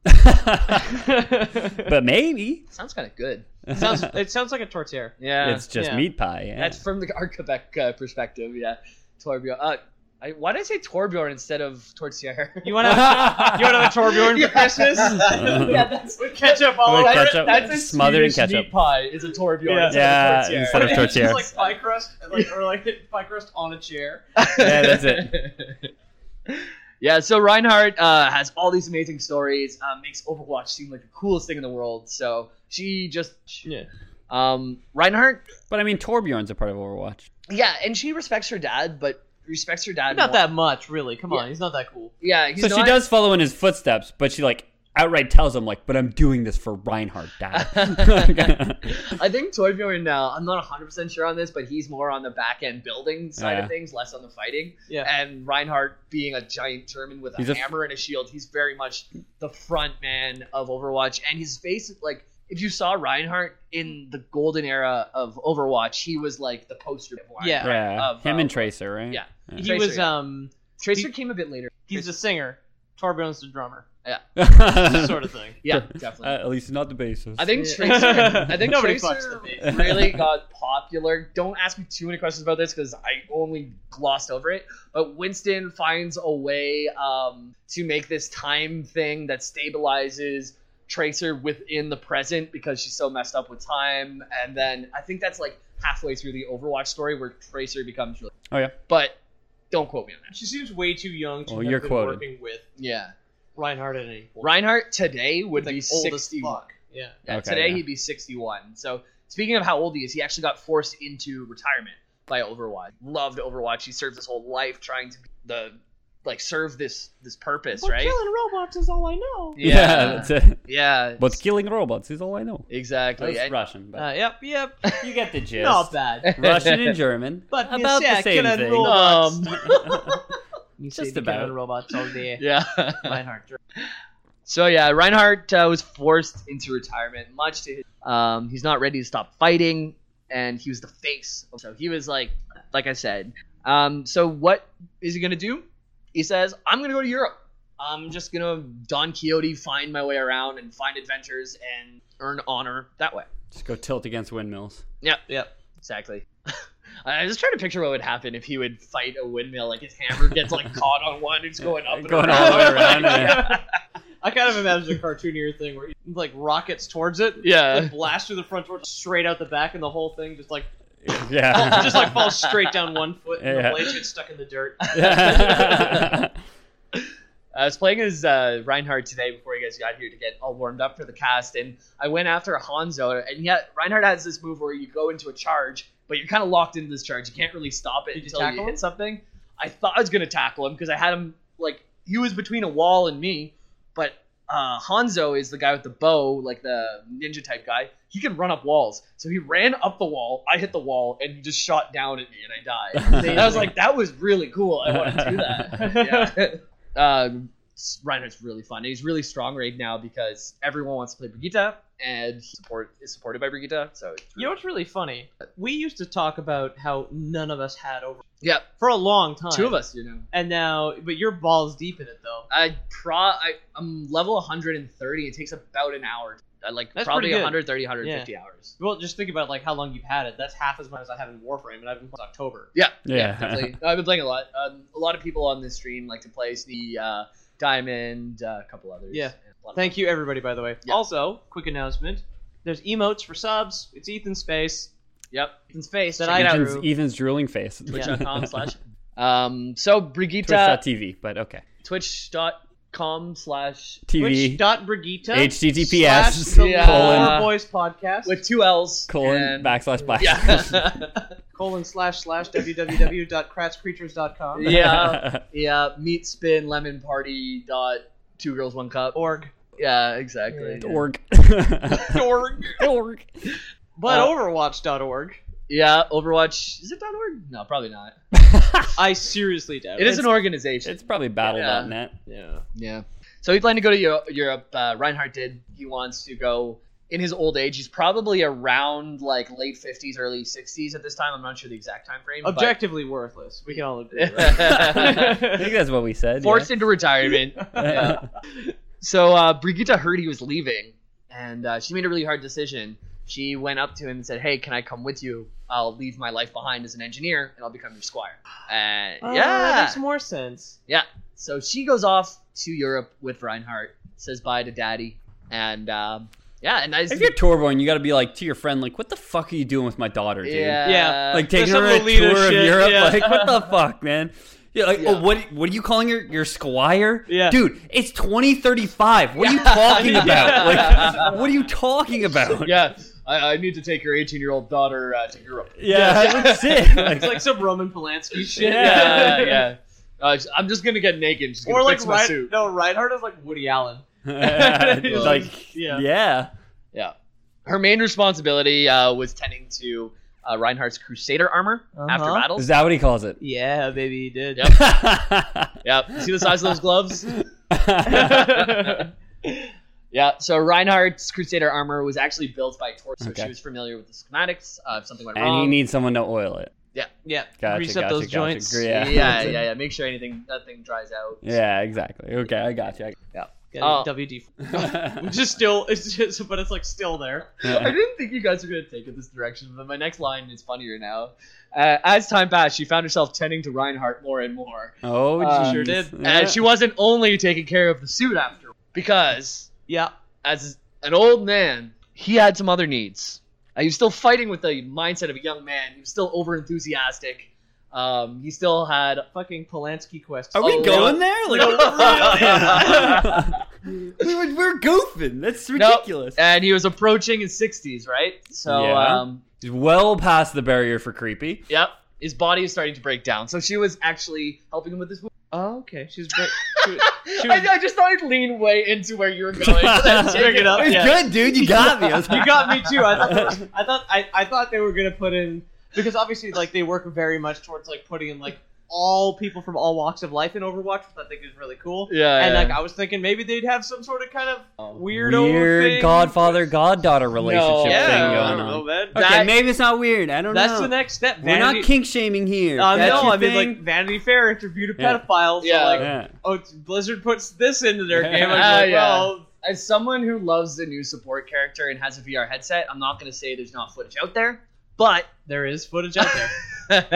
Speaker 5: but maybe.
Speaker 3: sounds kind of good.
Speaker 4: sounds, it sounds like a tortilla.
Speaker 3: Yeah.
Speaker 5: it's just
Speaker 4: yeah.
Speaker 5: meat pie. Yeah.
Speaker 3: That's from the our Quebec uh, perspective, yeah. Torbjorn. Uh, I, why did I say Torbjorn instead of Tortillere?
Speaker 4: You want to you want another Torbjorn for Christmas?
Speaker 3: yeah, that's Oh, what
Speaker 4: Ketchup all
Speaker 5: With
Speaker 4: over.
Speaker 5: Uh-huh. ketchup.
Speaker 4: it. That's a
Speaker 5: Smothered in
Speaker 3: Swedish
Speaker 5: ketchup.
Speaker 3: meat pie is a Torbjorn
Speaker 4: Yeah.
Speaker 5: Yeah,
Speaker 3: instead of a
Speaker 5: instead of
Speaker 3: tortilla.
Speaker 5: tortilla.
Speaker 4: Just like pie crust, like, or like pie crust on a chair.
Speaker 5: yeah, that's it.
Speaker 3: Yeah, so Reinhardt uh, has all these amazing stories, uh, makes Overwatch seem like the coolest thing in the world. So she just.
Speaker 4: Yeah.
Speaker 3: Um, Reinhardt,
Speaker 5: But I mean, Torbjorn's a part of Overwatch.
Speaker 3: yeah, and she respects her dad, but respects her dad.
Speaker 4: Not
Speaker 3: more-
Speaker 4: that much, really. Come on, he's not that cool.
Speaker 3: Yeah, he's
Speaker 5: so she
Speaker 3: not-
Speaker 5: does follow in his footsteps, but she like outright tells him like, "But I'm doing this for Reinhardt, Dad."
Speaker 3: I think Torbjorn, uh, I'm not 100% sure on this, but he's more on the back end building side
Speaker 5: Yeah.
Speaker 3: of things, less on the fighting.
Speaker 4: Yeah.
Speaker 3: And Reinhardt, being a giant German with a
Speaker 5: He's a-
Speaker 3: hammer and a shield, he's very much the front man of Overwatch. And his face, like, if you saw Reinhardt in the golden era of Overwatch, he was like the poster boy.
Speaker 4: Yeah.
Speaker 5: yeah,
Speaker 3: Of,
Speaker 5: him
Speaker 3: uh,
Speaker 5: and Tracer, right?
Speaker 3: yeah.
Speaker 4: He
Speaker 3: Tracer,
Speaker 4: was
Speaker 3: yeah.
Speaker 4: um
Speaker 3: Tracer came a bit later.
Speaker 4: he's a singer. Torbjorn's the drummer.
Speaker 5: sort
Speaker 4: Sort of thing.
Speaker 3: Yeah, definitely.
Speaker 5: at least not the basis.
Speaker 3: I think
Speaker 4: Yeah.
Speaker 3: Tracer. I think
Speaker 4: Nobody fucks
Speaker 3: Tracer
Speaker 4: with me.
Speaker 3: really got popular. Don't ask me too many questions about this because I only glossed over it. But Winston finds a way um, to make this time thing that stabilizes Tracer within the present because she's so messed up with time. And then I think that's like halfway through the Overwatch story where Tracer becomes really.
Speaker 5: Oh, yeah.
Speaker 3: But don't quote me on that.
Speaker 4: She seems way too young to
Speaker 5: Well,
Speaker 4: have
Speaker 5: Oh, you're
Speaker 4: been
Speaker 5: quoted.
Speaker 4: working with
Speaker 3: Yeah.
Speaker 4: Reinhardt at any point.
Speaker 3: Reinhardt today would
Speaker 4: Like,
Speaker 3: be
Speaker 4: old as
Speaker 3: 61.
Speaker 4: fuck. Yeah.
Speaker 3: Yeah,
Speaker 5: Okay,
Speaker 3: today
Speaker 5: yeah.
Speaker 3: he'd be 61. So speaking of how old he is, he actually got forced into retirement by Overwatch. Loved Overwatch. He served his whole life trying to be the like serve this this purpose,
Speaker 4: Well,
Speaker 3: right?
Speaker 4: killing robots is all I know.
Speaker 5: yeah, that's it.
Speaker 3: yeah.
Speaker 5: But killing robots is all I
Speaker 3: Oh,
Speaker 5: know.
Speaker 3: exactly.
Speaker 5: That's
Speaker 3: And-
Speaker 5: Russian, but
Speaker 4: Uh, yep, yep.
Speaker 5: you get the gist.
Speaker 4: Not bad.
Speaker 3: Uh,
Speaker 5: Russian and German,
Speaker 4: But you
Speaker 5: about
Speaker 4: say I
Speaker 5: the same
Speaker 4: cannot
Speaker 5: thing.
Speaker 4: roll.
Speaker 3: Um,
Speaker 4: You
Speaker 5: Just
Speaker 4: say the
Speaker 5: about.
Speaker 4: killing robots all day.
Speaker 3: yeah.
Speaker 4: Reinhardt.
Speaker 3: So yeah, Reinhardt uh, was forced into retirement, much to his. Um, he's not ready to stop fighting, and he was the face. So he was like, like I said. Um, so what is he gonna do? He says, "I'm gonna go to Europe. I'm just gonna Don Quixote, find my way around, and find adventures, and earn honor that way."
Speaker 5: Just go tilt against windmills.
Speaker 4: Yep.
Speaker 3: Exactly. I was just trying to picture what would happen if he would fight a windmill, like his hammer gets like caught on one, it's going up, and
Speaker 5: Going all the
Speaker 3: around.
Speaker 5: way around. eh? yeah.
Speaker 4: I kind of imagine a cartoonier thing where he like rockets towards it,
Speaker 3: Yeah.
Speaker 4: then blasts through the front door, straight out the back, and the whole thing just like
Speaker 5: Yeah.
Speaker 4: just like falls straight down one foot, and
Speaker 5: Yeah.
Speaker 4: the blades get stuck in the dirt.
Speaker 3: I was playing as uh, Reinhardt today before you guys got here to get all warmed up for the cast, and I went after Hanzo, and yet Reinhardt has this move where you go into a charge, but you're kind of locked into this charge. You can't really stop it
Speaker 4: Did you
Speaker 3: until
Speaker 4: tackle
Speaker 3: you
Speaker 4: him?
Speaker 3: hit something. I thought I was gonna tackle him because I had him like he was between a wall and me, but uh, Hanzo is the guy with the bow, like the ninja type guy. He can run up walls. So he ran up the wall. I hit the wall, and he just shot down at me, and I died. And I was like, that was really cool. I want to do that. yeah. Um, Reinhardt's really fun. He's really strong right now because everyone wants to play Brigitte, and support is supported by Brigitte. So it's
Speaker 4: You know what's really funny? We used to talk about how none of us had over
Speaker 3: yeah,
Speaker 4: for a long time.
Speaker 3: two of us, you know.
Speaker 4: And now, but you're balls deep in it though.
Speaker 3: I pro I, I'm level 130. It takes about an hour. I like
Speaker 4: That's
Speaker 3: probably
Speaker 4: pretty good.
Speaker 3: 130, 150 hours.
Speaker 4: Well, just think about like how long you've had it. That's half as much as I have in Warframe, and I've been since October.
Speaker 3: Yeah,
Speaker 5: Yeah.
Speaker 3: definitely. No, I've been playing a lot. Um, a lot of people on this stream like to play the uh, Diamond, uh, a couple others.
Speaker 4: Yeah.
Speaker 3: A lot of
Speaker 4: Thank you, everybody. By the way.
Speaker 3: Yeah.
Speaker 4: Also, quick announcement: there's emotes for subs. It's Ethan's face.
Speaker 3: Yep. In space.
Speaker 4: That
Speaker 3: check
Speaker 4: I
Speaker 3: it out.
Speaker 5: Ethan's, E-
Speaker 4: Drew.
Speaker 5: Ethan's drooling face.
Speaker 3: Twitch.com slash. Um. So Brigitte.
Speaker 5: Twitch.tv, but okay.
Speaker 3: Twitch.com slash
Speaker 5: TV.
Speaker 4: Twitch.brigitte.
Speaker 5: HTTPS
Speaker 4: slash
Speaker 3: Yeah.
Speaker 4: the Poor
Speaker 3: colon-
Speaker 4: Boys podcast
Speaker 3: with two L's.
Speaker 5: colon
Speaker 3: and-
Speaker 5: backslash backslash.
Speaker 3: Yeah.
Speaker 4: colon slash slash www.cratscreatures.com
Speaker 3: yeah. Yeah. Meat spin lemon party dot two girls one cup
Speaker 4: org.
Speaker 3: Yeah. Exactly.
Speaker 5: Dork.
Speaker 4: Org.
Speaker 5: Dork.
Speaker 4: But
Speaker 3: Uh,
Speaker 4: Overwatch.org.
Speaker 3: Yeah, Overwatch is it dot org? No, probably not.
Speaker 4: I seriously doubt
Speaker 3: It is
Speaker 5: It's-
Speaker 3: an organization.
Speaker 5: It's probably battle.net.
Speaker 4: Yeah.
Speaker 3: Yeah. So he planned to go to Eu- Europe. Uh, Reinhardt did. He wants to go in his old age. He's probably around like late fifties, early sixties at this time. I'm not sure the exact time frame. but-
Speaker 4: Objectively worthless. We can all agree.
Speaker 5: I
Speaker 4: Right?
Speaker 5: think that's what we said.
Speaker 3: forced into retirement.
Speaker 5: yeah.
Speaker 3: So uh, Brigitte heard he was leaving, and uh, she made a really hard decision. She went up to him and said, "Hey, can I come with you? I'll leave my life behind as an engineer, and I'll become your squire." And
Speaker 4: Ah,
Speaker 3: yeah,
Speaker 4: makes more sense.
Speaker 3: So she goes off to Europe with Reinhardt, says bye to Daddy, and um, yeah, and I
Speaker 5: If you're Torborn, you got to be like to your friend, like, what the fuck are you doing with my daughter, dude?
Speaker 3: yeah,
Speaker 4: Yeah,
Speaker 5: Like taking
Speaker 4: There's
Speaker 5: her on
Speaker 4: some
Speaker 5: a
Speaker 4: Lolita
Speaker 5: tour of
Speaker 4: shit,
Speaker 5: Europe,
Speaker 4: yeah.
Speaker 5: like what the fuck, man? Yeah, like
Speaker 3: Yeah.
Speaker 5: oh, what? What are you calling your your squire?
Speaker 4: Yeah.
Speaker 5: dude, it's twenty thirty five. What are you
Speaker 3: Yeah.
Speaker 5: talking about?
Speaker 4: Yeah.
Speaker 5: Like, what are you talking about?
Speaker 3: yeah. I, I need to take your 18 year old daughter uh, to Europe.
Speaker 5: yeah,
Speaker 4: Yeah.
Speaker 5: that's it. Like,
Speaker 4: It's like some Roman Polanski shit.
Speaker 5: Yeah.
Speaker 3: Yeah, yeah. Uh, I'm just gonna get naked. She's gonna
Speaker 4: Or like
Speaker 3: fix my
Speaker 4: Rein-
Speaker 3: suit.
Speaker 4: no, Reinhardt is like Woody Allen.
Speaker 5: it's like,
Speaker 4: yeah.
Speaker 5: yeah,
Speaker 3: Yeah. Her main responsibility uh, was tending to uh, Reinhardt's Crusader armor after
Speaker 4: Uh-huh.
Speaker 5: is
Speaker 3: battles.
Speaker 5: that what he calls it?
Speaker 4: Yeah, baby, he did.
Speaker 3: Yep. Yeah. You see the size of those gloves? yeah. So Reinhardt's Crusader armor was actually built by Tor, so
Speaker 5: Okay.
Speaker 3: she was familiar with the schematics. Uh, if something went
Speaker 5: and
Speaker 3: wrong,
Speaker 5: you need someone to oil it.
Speaker 4: Yeah.
Speaker 5: Gotcha,
Speaker 4: Grease
Speaker 5: gotcha,
Speaker 4: up those
Speaker 5: gotcha.
Speaker 4: joints.
Speaker 5: Yeah.
Speaker 3: yeah, yeah, yeah, Make sure anything nothing dries out.
Speaker 5: Yeah, exactly. Okay, I got you.
Speaker 4: Got
Speaker 3: Oh.
Speaker 4: WD.
Speaker 5: I-
Speaker 4: Which is still, it's just, but it's like still there.
Speaker 3: I didn't think you guys were gonna take it this direction, but my next line is funnier now. Uh, as time passed, she found herself tending to Reinhardt more and more,
Speaker 5: oh,
Speaker 3: Um,
Speaker 5: geez.
Speaker 4: sure did.
Speaker 5: Yeah.
Speaker 3: and she wasn't only taking care of the suit after, because
Speaker 4: Yeah.
Speaker 3: as an old man, he had some other needs. Uh, he was still fighting with the mindset of a young man. He was still over enthusiastic. Um, he still had
Speaker 4: Fucking Polanski quest.
Speaker 5: Are we
Speaker 3: Oh,
Speaker 5: going
Speaker 3: no.
Speaker 5: there? Like,
Speaker 3: No.
Speaker 5: we were, we're goofing. That's
Speaker 3: Nope.
Speaker 5: ridiculous.
Speaker 3: and he was approaching his 60s, right? So,
Speaker 5: Yeah.
Speaker 3: um,
Speaker 5: He's well past the barrier for creepy.
Speaker 3: yep, his body is starting to break down. So she was actually helping him with his.
Speaker 4: Oh, okay. She's great. She was- she
Speaker 3: I,
Speaker 4: was-
Speaker 3: I just thought I'd lean way into where you were going. Let's
Speaker 4: Bring it up,
Speaker 5: It's
Speaker 4: yeah.
Speaker 5: Oh, good, dude. You got me. I was
Speaker 4: you
Speaker 5: like,
Speaker 4: got me too. I thought, that was- I thought, I, I thought they were gonna put in because obviously, like, they work very much towards like putting in like all people from all walks of life in Overwatch, which I think is really cool.
Speaker 3: Yeah,
Speaker 4: And
Speaker 3: yeah.
Speaker 4: like, I was thinking maybe they'd have some sort of kind of weirdo
Speaker 5: weird
Speaker 4: thing.
Speaker 5: godfather goddaughter relationship
Speaker 3: Yeah,
Speaker 5: thing
Speaker 4: I
Speaker 5: going
Speaker 4: don't know,
Speaker 5: on.
Speaker 4: man.
Speaker 5: Okay,
Speaker 3: That-
Speaker 5: maybe it's not weird. I don't
Speaker 4: That's
Speaker 5: know.
Speaker 4: the next step.
Speaker 5: We're
Speaker 4: Vanity,
Speaker 5: not kink shaming here.
Speaker 4: Uh,
Speaker 5: That's
Speaker 4: no,
Speaker 5: your
Speaker 4: I mean
Speaker 5: thing.
Speaker 4: like Vanity Fair interviewed a
Speaker 5: Yeah.
Speaker 4: pedophile.
Speaker 3: Yeah.
Speaker 4: So like,
Speaker 5: yeah.
Speaker 4: oh, it's- Blizzard puts this into their
Speaker 5: Yeah.
Speaker 4: game. I'm
Speaker 3: Ah,
Speaker 4: like,
Speaker 3: yeah.
Speaker 4: well,
Speaker 3: As someone who loves the new support character and has a VR headset, I'm not going to say there's not footage out there, but
Speaker 4: there is footage out there.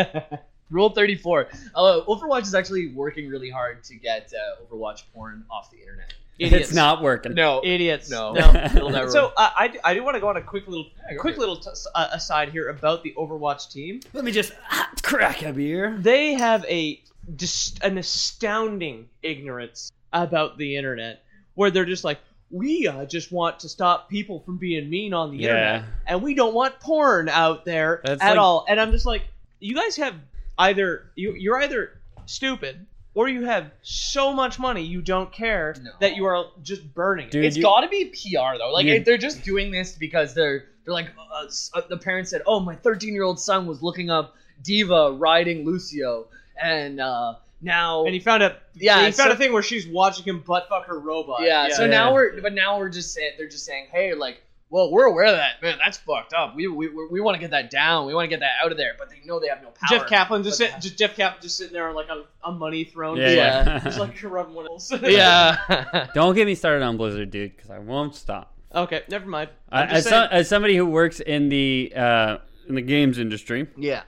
Speaker 3: Rule 34. Uh, Overwatch is actually working really hard to get uh, Overwatch porn off the internet.
Speaker 4: Idiots.
Speaker 5: It's not working.
Speaker 3: No.
Speaker 4: Idiots.
Speaker 3: No.
Speaker 5: No.
Speaker 3: It'll never
Speaker 4: So uh, I, do- I do want to go on a quick little
Speaker 3: go
Speaker 4: quick
Speaker 3: for it.
Speaker 4: little t- uh, aside here about the Overwatch team.
Speaker 5: Let me just ah, crack a beer.
Speaker 4: They have a just an astounding ignorance about the internet, where they're just like, we uh, just want to stop people from being mean on the
Speaker 5: Yeah.
Speaker 4: internet, and we don't want porn out there
Speaker 5: That's
Speaker 4: at
Speaker 5: like-
Speaker 4: all. And I'm just like, you guys have either you you're either stupid or you have so much money you don't care
Speaker 3: No.
Speaker 4: that you are just burning it.
Speaker 5: Dude,
Speaker 3: It's
Speaker 5: you-
Speaker 3: got to be PR though. Like
Speaker 5: You-
Speaker 3: if they're just doing this because they're they're like uh, s- uh, the parents said, "Oh, my 13 year old son was looking up Diva riding Lucio, and uh, now
Speaker 4: And he found a
Speaker 3: Yeah,
Speaker 4: yeah, he found
Speaker 3: so-
Speaker 4: a thing where she's watching him butt fuck her robot.
Speaker 3: yeah, So
Speaker 5: Yeah.
Speaker 3: now we're but now we're just saying they're just saying, "Hey, like." Well, we're aware of that, man. That's fucked up. We we, we want to get that down. We want to get that out of there. But they know they have no power.
Speaker 4: Jeff Kaplan just
Speaker 3: But-
Speaker 4: sit, just Jeff Kaplan just sitting there on like on a money throne.
Speaker 5: Yeah,
Speaker 4: Just
Speaker 5: yeah.
Speaker 4: like, just like rubbing one else.
Speaker 3: Yeah.
Speaker 5: Don't get me started on Blizzard, dude, because I won't stop.
Speaker 4: okay, never mind.
Speaker 5: I,
Speaker 4: I'm just
Speaker 5: as, so,
Speaker 4: saying-
Speaker 5: as somebody who works in the uh, in the games industry,
Speaker 3: yeah.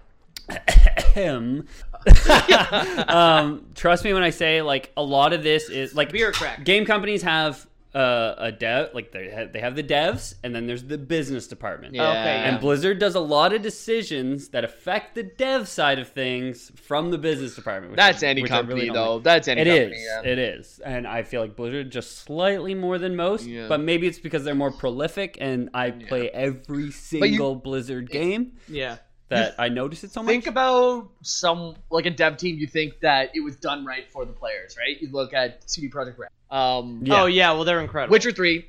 Speaker 5: him. um, trust me when I say like a lot of this is like
Speaker 4: Beer crack.
Speaker 5: Game companies have uh, a dev like they have, they have the devs and then there's the business department.
Speaker 3: Yeah.
Speaker 4: Okay,
Speaker 5: And Blizzard does a lot of decisions that affect the dev side of things from the business department. which
Speaker 3: That's
Speaker 5: I-
Speaker 3: any
Speaker 5: which I
Speaker 3: company
Speaker 5: really don't
Speaker 3: though.
Speaker 5: like.
Speaker 3: That's any
Speaker 5: It is.
Speaker 3: company. yeah.
Speaker 5: It is. And I feel like Blizzard just slightly more than most,
Speaker 3: Yeah.
Speaker 5: but maybe it's because they're more prolific and I play every single Blizzard game
Speaker 4: yeah.
Speaker 5: that I notice it so much.
Speaker 3: think about some like a dev team you think that it was done right for the players right you look at cd project red um
Speaker 5: Yeah.
Speaker 4: Oh yeah, well they're incredible.
Speaker 3: witcher 3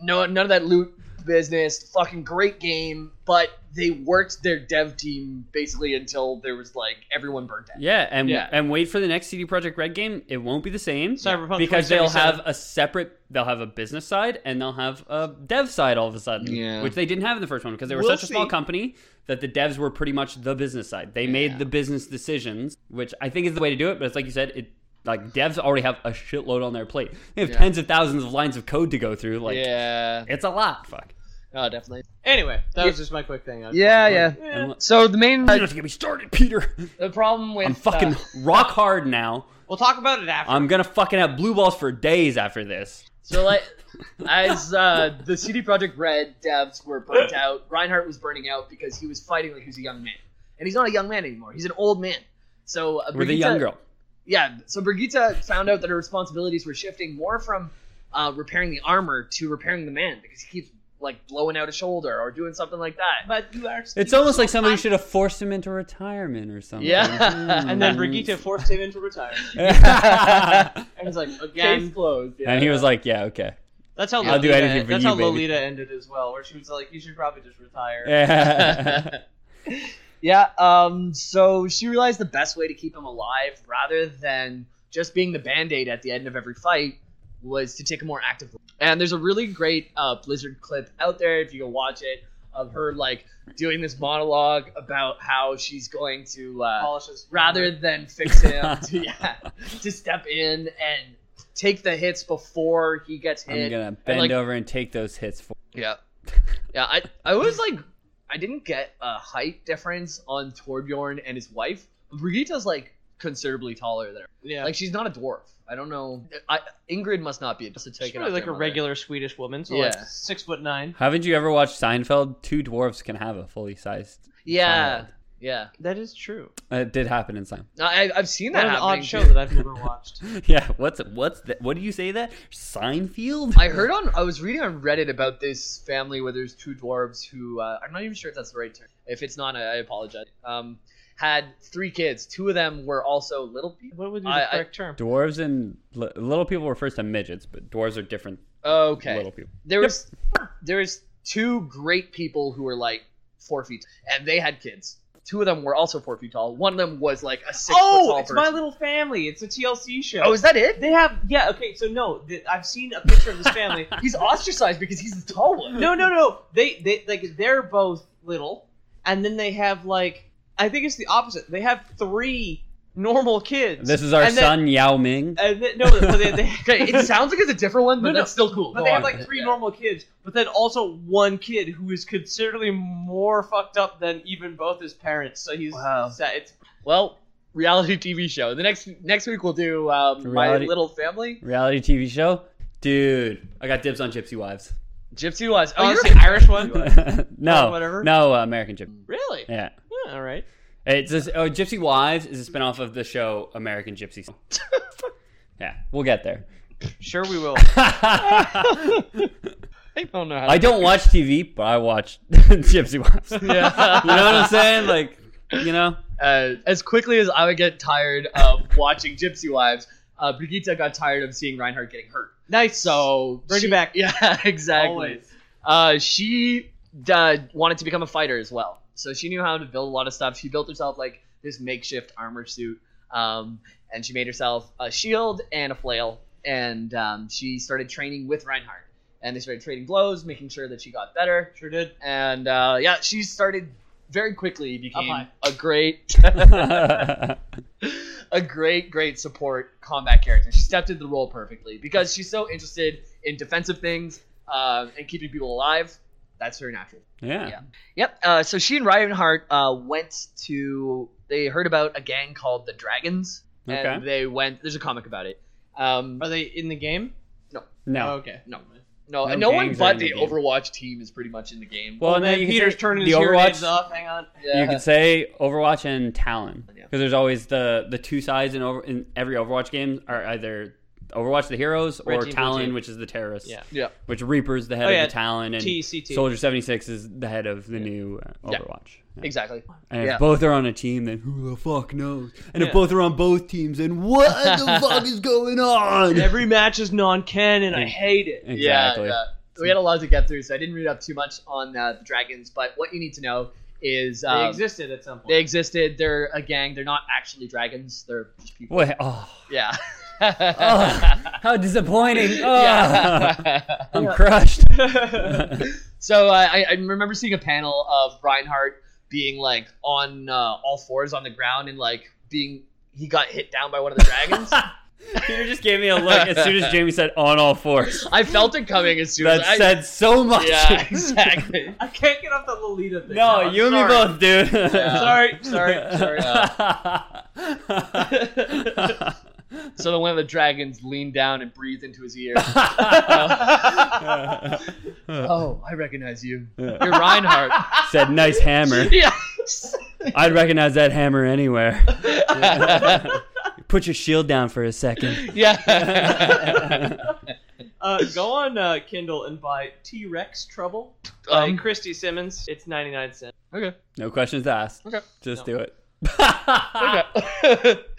Speaker 3: no none of that loot business fucking great game but they worked their dev team basically until there was like everyone burnt out
Speaker 5: Yeah, and
Speaker 3: Yeah.
Speaker 5: and wait for the next CD Projekt Red game. It won't be the same
Speaker 4: Cyberpunk
Speaker 5: because they'll
Speaker 4: 2077.
Speaker 5: have a separate. They'll have a business side and they'll have a dev side all of a sudden,
Speaker 3: Yeah.
Speaker 5: which they didn't have in the first one because they were
Speaker 4: We'll
Speaker 5: such a small
Speaker 4: see.
Speaker 5: company that the devs were pretty much the business side. They made the business decisions, which I think is the way to do it. But it's like you said, it like devs already have a shitload on their plate. They have
Speaker 3: Yeah.
Speaker 5: tens of thousands of lines of code to go through. Like
Speaker 3: yeah
Speaker 5: it's a lot. Fuck.
Speaker 3: oh definitely
Speaker 4: Anyway, that was just my quick thing. I-
Speaker 3: yeah yeah so the main
Speaker 5: You don't have to get me started, Peter.
Speaker 3: the problem with
Speaker 5: I'm fucking
Speaker 3: uh,
Speaker 5: rock hard now.
Speaker 4: We'll talk about it after.
Speaker 5: I'm gonna fucking have blue balls for days after this.
Speaker 3: So like, as uh, the CD Project Red devs were burnt out, Reinhardt was burning out because he was fighting like he was a young man, and he's not a young man anymore. He's an old man. So uh,
Speaker 5: With a
Speaker 3: Brigitte-
Speaker 5: young girl.
Speaker 3: Yeah. So Brigitte found out that her responsibilities were shifting more from uh, repairing the armor to repairing the man because he keeps like blowing out his shoulder or doing something like that.
Speaker 4: but you are.
Speaker 5: It's almost like somebody should have forced him into retirement or something.
Speaker 3: Yeah.
Speaker 5: Hmm.
Speaker 4: And then Brigitte forced him into retirement. And he's like,
Speaker 3: Case
Speaker 4: again,
Speaker 3: closed. Yeah.
Speaker 5: and he was like, "Yeah, okay."
Speaker 4: that's how
Speaker 5: I'll
Speaker 4: Lolita,
Speaker 5: do anything for
Speaker 4: that's
Speaker 5: you,
Speaker 4: how
Speaker 5: baby.
Speaker 4: Lolita ended as well, where she was like, you should probably just retire.
Speaker 3: Yeah, um, so she realized the best way to keep him alive, rather than just being the band aid at the end of every fight, was to take a more active role. And there's a really great uh, Blizzard clip out there, if you go watch it, of her, like, doing this monologue about how she's going to, uh,
Speaker 4: Polishes
Speaker 3: rather than fix him, to, yeah, to step in and take the hits before he gets hit.
Speaker 5: I'm gonna
Speaker 3: and,
Speaker 5: bend
Speaker 3: like,
Speaker 5: over and take those hits. For-
Speaker 3: yeah. Yeah, I, I was like, I didn't get a height difference on Torbjorn and his wife. Brigitte's like considerably taller than her.
Speaker 4: yeah,
Speaker 3: Like, she's not a dwarf. I don't know. I, Ingrid must not be. Just to take
Speaker 4: she's
Speaker 3: it
Speaker 4: probably
Speaker 3: off
Speaker 4: like
Speaker 3: their
Speaker 4: a
Speaker 3: mother.
Speaker 4: regular Swedish woman, so
Speaker 3: Yeah.
Speaker 4: like six foot nine.
Speaker 5: Haven't you ever watched Seinfeld? Two dwarves can have a fully sized.
Speaker 3: Yeah.
Speaker 5: child.
Speaker 3: Yeah.
Speaker 4: That is true.
Speaker 5: it did happen in Seinfeld.
Speaker 3: No, I, I've seen
Speaker 4: What
Speaker 3: that
Speaker 4: an
Speaker 3: happening,
Speaker 4: odd show
Speaker 3: too.
Speaker 4: that I've never watched.
Speaker 5: Yeah. What's what's that? What do you say that Seinfeld?
Speaker 3: I heard on. I was reading on Reddit about this family where there's two dwarves who. Uh, I'm not even sure if that's the right term. If it's not, I I apologize. Um, had three kids. Two of them were also little people.
Speaker 4: What would be
Speaker 3: I-
Speaker 4: the
Speaker 3: I-
Speaker 4: correct term?
Speaker 5: dwarves and li- little people were first to midgets, but dwarves are different.
Speaker 3: Okay.
Speaker 5: Little people.
Speaker 3: there was there was two great people who were like four feet and they had kids two of them were also four feet tall one of them was like a six foot
Speaker 4: Oh,
Speaker 3: tall
Speaker 4: it's
Speaker 3: person.
Speaker 4: My Little Family. It's a TLC show.
Speaker 3: oh is that it
Speaker 4: They have yeah okay so no th- I've seen a picture of this family.
Speaker 3: he's ostracized because he's the tall one
Speaker 4: no no no they they like they're both little and then they have like I think it's the opposite. They have three normal kids.
Speaker 5: This is our
Speaker 4: and then-
Speaker 5: son Yao Ming.
Speaker 4: and then- no, but they, they,
Speaker 3: okay it sounds like it's a different one but
Speaker 4: No, no.
Speaker 3: that's still cool
Speaker 4: but
Speaker 3: Go
Speaker 4: they
Speaker 3: on.
Speaker 4: have like three normal kids, but then also one kid who is considerably more fucked up than even both his parents. So he's
Speaker 3: Wow.
Speaker 4: sa- it's
Speaker 3: well reality tv show the next next week we'll do um, my
Speaker 5: Reality-
Speaker 3: little family
Speaker 5: Reality TV show, dude. I got dibs on Gypsy Wives.
Speaker 3: gypsy was
Speaker 4: oh,
Speaker 3: oh
Speaker 4: it's
Speaker 3: you're
Speaker 4: the Irish one.
Speaker 5: no,
Speaker 4: Or Oh, whatever. Mm.
Speaker 5: No, uh, American Gypsy.
Speaker 4: really?
Speaker 5: Yeah.
Speaker 4: Yeah, all right.
Speaker 5: It's just, oh, Gypsy Wives is a spinoff of the show American Gypsy. yeah, we'll get there.
Speaker 4: Sure, we will.
Speaker 3: i don't know how
Speaker 5: I don't watch TV, but I watch Gypsy Wives. Yeah. you know what I'm saying? Like, you know,
Speaker 3: uh, as quickly as I would get tired of watching Gypsy Wives, uh, Brigitte got tired of seeing Reinhardt getting hurt.
Speaker 4: Nice.
Speaker 3: So
Speaker 4: Bring it
Speaker 3: she-
Speaker 4: back.
Speaker 3: Yeah, exactly.
Speaker 4: Always.
Speaker 3: Uh, she uh, wanted to become a fighter as well, so she knew how to build a lot of stuff. She built herself like this makeshift armor suit, um, and she made herself a shield and a flail. And um, she started training with Reinhardt, and they started trading blows, making sure that she got better.
Speaker 4: Sure did.
Speaker 3: And uh, yeah, she started very quickly became
Speaker 4: high.
Speaker 3: a great
Speaker 5: yeah.
Speaker 3: a great, great support combat character. She stepped into the role perfectly because she's so interested in defensive things um, and keeping people alive. That's her natural. Yeah. Yep. Uh, so she and Reinhardt uh, went to. They heard about a gang called the Dragons,
Speaker 5: Okay.
Speaker 3: and they went. There's a comic about it. Um,
Speaker 4: Are they in the game?
Speaker 5: No.
Speaker 4: Oh, okay.
Speaker 3: no, no,
Speaker 5: No
Speaker 3: no, no one
Speaker 5: gangs are
Speaker 3: but
Speaker 5: in the
Speaker 3: the,
Speaker 5: game.
Speaker 3: Overwatch team is pretty much in the game.
Speaker 5: Well, and
Speaker 4: Man,
Speaker 5: then you could
Speaker 4: Peter's
Speaker 5: say
Speaker 4: turning
Speaker 5: the
Speaker 4: his hero names
Speaker 5: Overwatch.
Speaker 4: off. Oh, Hang on.
Speaker 3: Yeah.
Speaker 5: You could say Overwatch and Talon
Speaker 3: Yeah.
Speaker 5: because there's always the the two sides in over in every Overwatch game are either Overwatch the heroes
Speaker 4: Red
Speaker 5: or
Speaker 4: team, blue
Speaker 5: Talon,
Speaker 4: team.
Speaker 5: which is the terrorists.
Speaker 4: Yeah.
Speaker 3: yeah.
Speaker 5: Which Reaper's the head
Speaker 4: Oh, yeah.
Speaker 5: of the Talon and
Speaker 4: TCT.
Speaker 5: Soldier 76 is the head of the new uh,
Speaker 3: Yeah.
Speaker 5: Overwatch. Yeah.
Speaker 3: Exactly.
Speaker 5: And
Speaker 3: Yeah.
Speaker 5: if both are on a team, then who the fuck knows? And
Speaker 4: Yeah.
Speaker 5: if both are on both teams, then what the fuck is going on?
Speaker 4: Every match is non-canon. I hate it.
Speaker 5: exactly.
Speaker 3: Yeah, yeah. So we had a lot to get through, so I didn't read up too much on uh, the dragons. But what you need to know is um,
Speaker 4: they existed at some point.
Speaker 3: They existed. They're a gang. They're not actually dragons. They're just people.
Speaker 5: Wait, oh,
Speaker 3: Yeah.
Speaker 5: oh, how disappointing. Oh,
Speaker 3: yeah.
Speaker 5: I'm crushed.
Speaker 3: so uh, I, I remember seeing a panel of Reinhardt being like on uh, all fours on the ground and like being he got hit down by one of the dragons.
Speaker 5: Peter just gave me a look as soon as Jamie said on all fours.
Speaker 3: I felt it coming as soon
Speaker 5: That
Speaker 3: as I
Speaker 5: said so much.
Speaker 3: Yeah, exactly.
Speaker 4: I can't get off the Lolita thing.
Speaker 5: No,
Speaker 4: I'm
Speaker 5: you and
Speaker 4: sorry.
Speaker 5: me both, dude.
Speaker 3: Yeah.
Speaker 4: Sorry, sorry, sorry.
Speaker 3: so then one of the dragons leaned down and breathed into his ear. oh, I recognize you. You're Reinhardt.
Speaker 5: Said nice hammer.
Speaker 3: yes.
Speaker 5: I'd recognize that hammer anywhere. Put your shield down for a second.
Speaker 3: Yeah.
Speaker 4: Uh, go on uh, Kindle and buy T Rex Trouble by
Speaker 3: Um,
Speaker 4: Christy Simmons. It's ninety nine cents.
Speaker 3: okay.
Speaker 5: No questions asked.
Speaker 3: Okay.
Speaker 5: Just
Speaker 4: No.
Speaker 5: do it.
Speaker 3: Okay.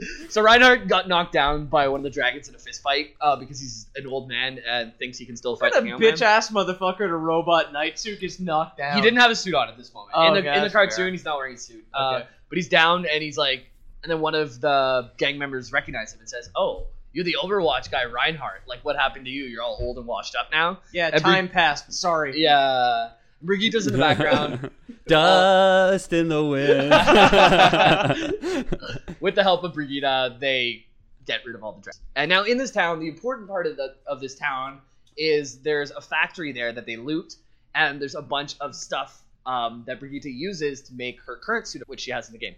Speaker 3: so Reinhardt got knocked down by one of the dragons in a fist fight uh, because he's an old man and thinks he can still fight
Speaker 4: What a
Speaker 3: the Hangman.
Speaker 4: bitch ass motherfucker to robot knight suit gets knocked down.
Speaker 3: He didn't have a suit on at this moment.
Speaker 4: Oh,
Speaker 3: in, the,
Speaker 4: okay,
Speaker 3: in the
Speaker 4: that's
Speaker 3: cartoon,
Speaker 4: fair.
Speaker 3: he's not wearing a suit. Uh,
Speaker 4: Okay.
Speaker 3: but he's down and he's like, and then one of the gang members recognizes him and says, "Oh, you're the Overwatch guy, Reinhardt. Like, what happened to you? You're all old and washed up now."
Speaker 4: Yeah,
Speaker 3: Every-
Speaker 4: time passed. Sorry.
Speaker 3: Yeah. Brigitta's in the background
Speaker 5: Dust in the wind.
Speaker 3: with the help of Brigida, they get rid of all the drugs. And now in this town, the important part of the of this town is there's a factory there that they loot, and there's a bunch of stuff um, that Brigida uses to make her current suit, which she has in the game.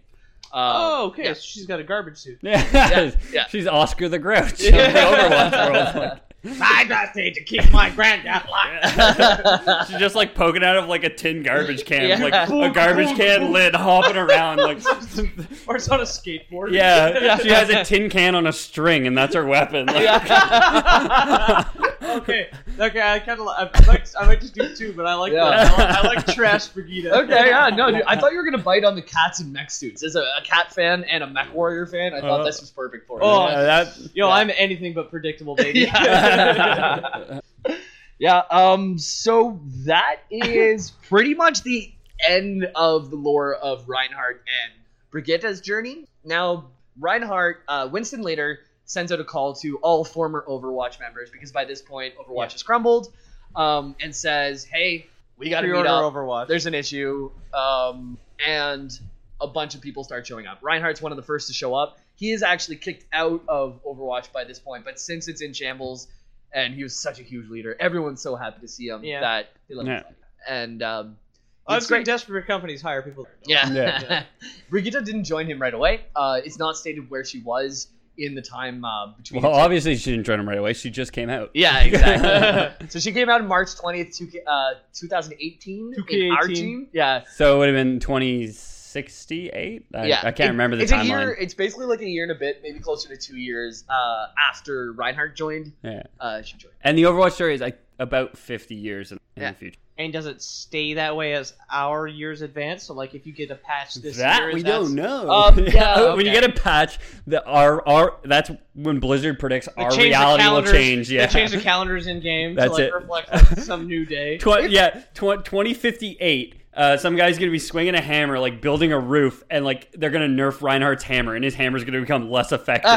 Speaker 3: Uh,
Speaker 4: Oh, okay.
Speaker 3: yeah.
Speaker 4: So she's got a garbage suit.
Speaker 5: yeah,
Speaker 3: yeah.
Speaker 5: She's Oscar the Grouch. of the Overwatch world.
Speaker 4: I got paid to keep my granddad
Speaker 5: She's just like poking out of like a tin garbage can,
Speaker 3: Yeah.
Speaker 5: like a garbage can lid hopping around. Like,
Speaker 4: or it's on a skateboard.
Speaker 5: yeah, she has a tin can on a string, and that's her weapon. Like,
Speaker 4: okay. Okay. I kind of li- I like. I might just do two, but I like.
Speaker 3: Yeah.
Speaker 4: that. I, like I like trash Brigida.
Speaker 3: Okay, yeah, no, dude, I thought you were gonna bite on the cats in mech suits. As a, a cat fan and a mech warrior fan, I thought
Speaker 5: Uh,
Speaker 3: this was perfect for
Speaker 4: Oh,
Speaker 3: you.
Speaker 5: yeah, that-
Speaker 4: Yo, I'm anything but predictable, baby.
Speaker 3: Yeah. Yeah, um, so that is pretty much the end of the lore of Reinhardt and Brigitta's journey. Now, Reinhardt, uh, Winston later sends out a call to all former Overwatch members because by this point, Overwatch has crumbled, um, and says, hey, we gotta meet
Speaker 4: Pre-order
Speaker 3: up.
Speaker 4: Overwatch.
Speaker 3: There's an issue, um, and a bunch of people start showing up. Reinhardt's one of the first to show up. He is actually kicked out of Overwatch by this point, but since it's in shambles, and he was such a huge leader, everyone's so happy to see him
Speaker 4: Yeah. Oh,
Speaker 3: that he left.
Speaker 5: Yeah.
Speaker 3: And um,
Speaker 4: I'm
Speaker 3: it's great.
Speaker 4: desperate companies hire people.
Speaker 3: Yeah.
Speaker 5: Yeah.
Speaker 3: Brigitte didn't join him right away. Uh, it's not stated where she was in the time uh, between.
Speaker 5: well,
Speaker 3: the two.
Speaker 5: obviously she didn't join him right away. She just came out.
Speaker 3: Yeah, exactly. so she came out on March 20th, 2K, uh, 2018 in our
Speaker 4: 2K18.
Speaker 3: team. Yeah.
Speaker 5: So it would have been 2017. 68? I,
Speaker 3: yeah,
Speaker 5: I can't
Speaker 3: it-
Speaker 5: remember the
Speaker 3: it's
Speaker 5: timeline.
Speaker 3: A year, it's basically like a year and a bit, maybe closer to two years uh, after Reinhardt joined.
Speaker 5: Yeah.
Speaker 3: Uh, she joined.
Speaker 5: And the Overwatch story is like about 50 years in, in
Speaker 3: Yeah.
Speaker 5: the future.
Speaker 4: And does it stay that way as our years advance? So like if you get a patch this
Speaker 5: that
Speaker 4: year,
Speaker 5: we
Speaker 4: that's-
Speaker 5: don't know.
Speaker 4: Um, yeah,
Speaker 5: when you
Speaker 4: okay.
Speaker 5: get a patch, the our our that's when Blizzard predicts
Speaker 4: They
Speaker 5: our
Speaker 4: change the
Speaker 5: reality will
Speaker 4: calendars-
Speaker 5: change. Yeah,
Speaker 4: they change the calendars in game to
Speaker 5: That's
Speaker 4: like
Speaker 5: it.
Speaker 4: reflect like, some new day.
Speaker 5: Tw- yeah, tw- 2058. Uh, some guy's gonna be swinging a hammer, like building a roof, and like they're gonna nerf Reinhardt's hammer, and his hammer's gonna become less effective.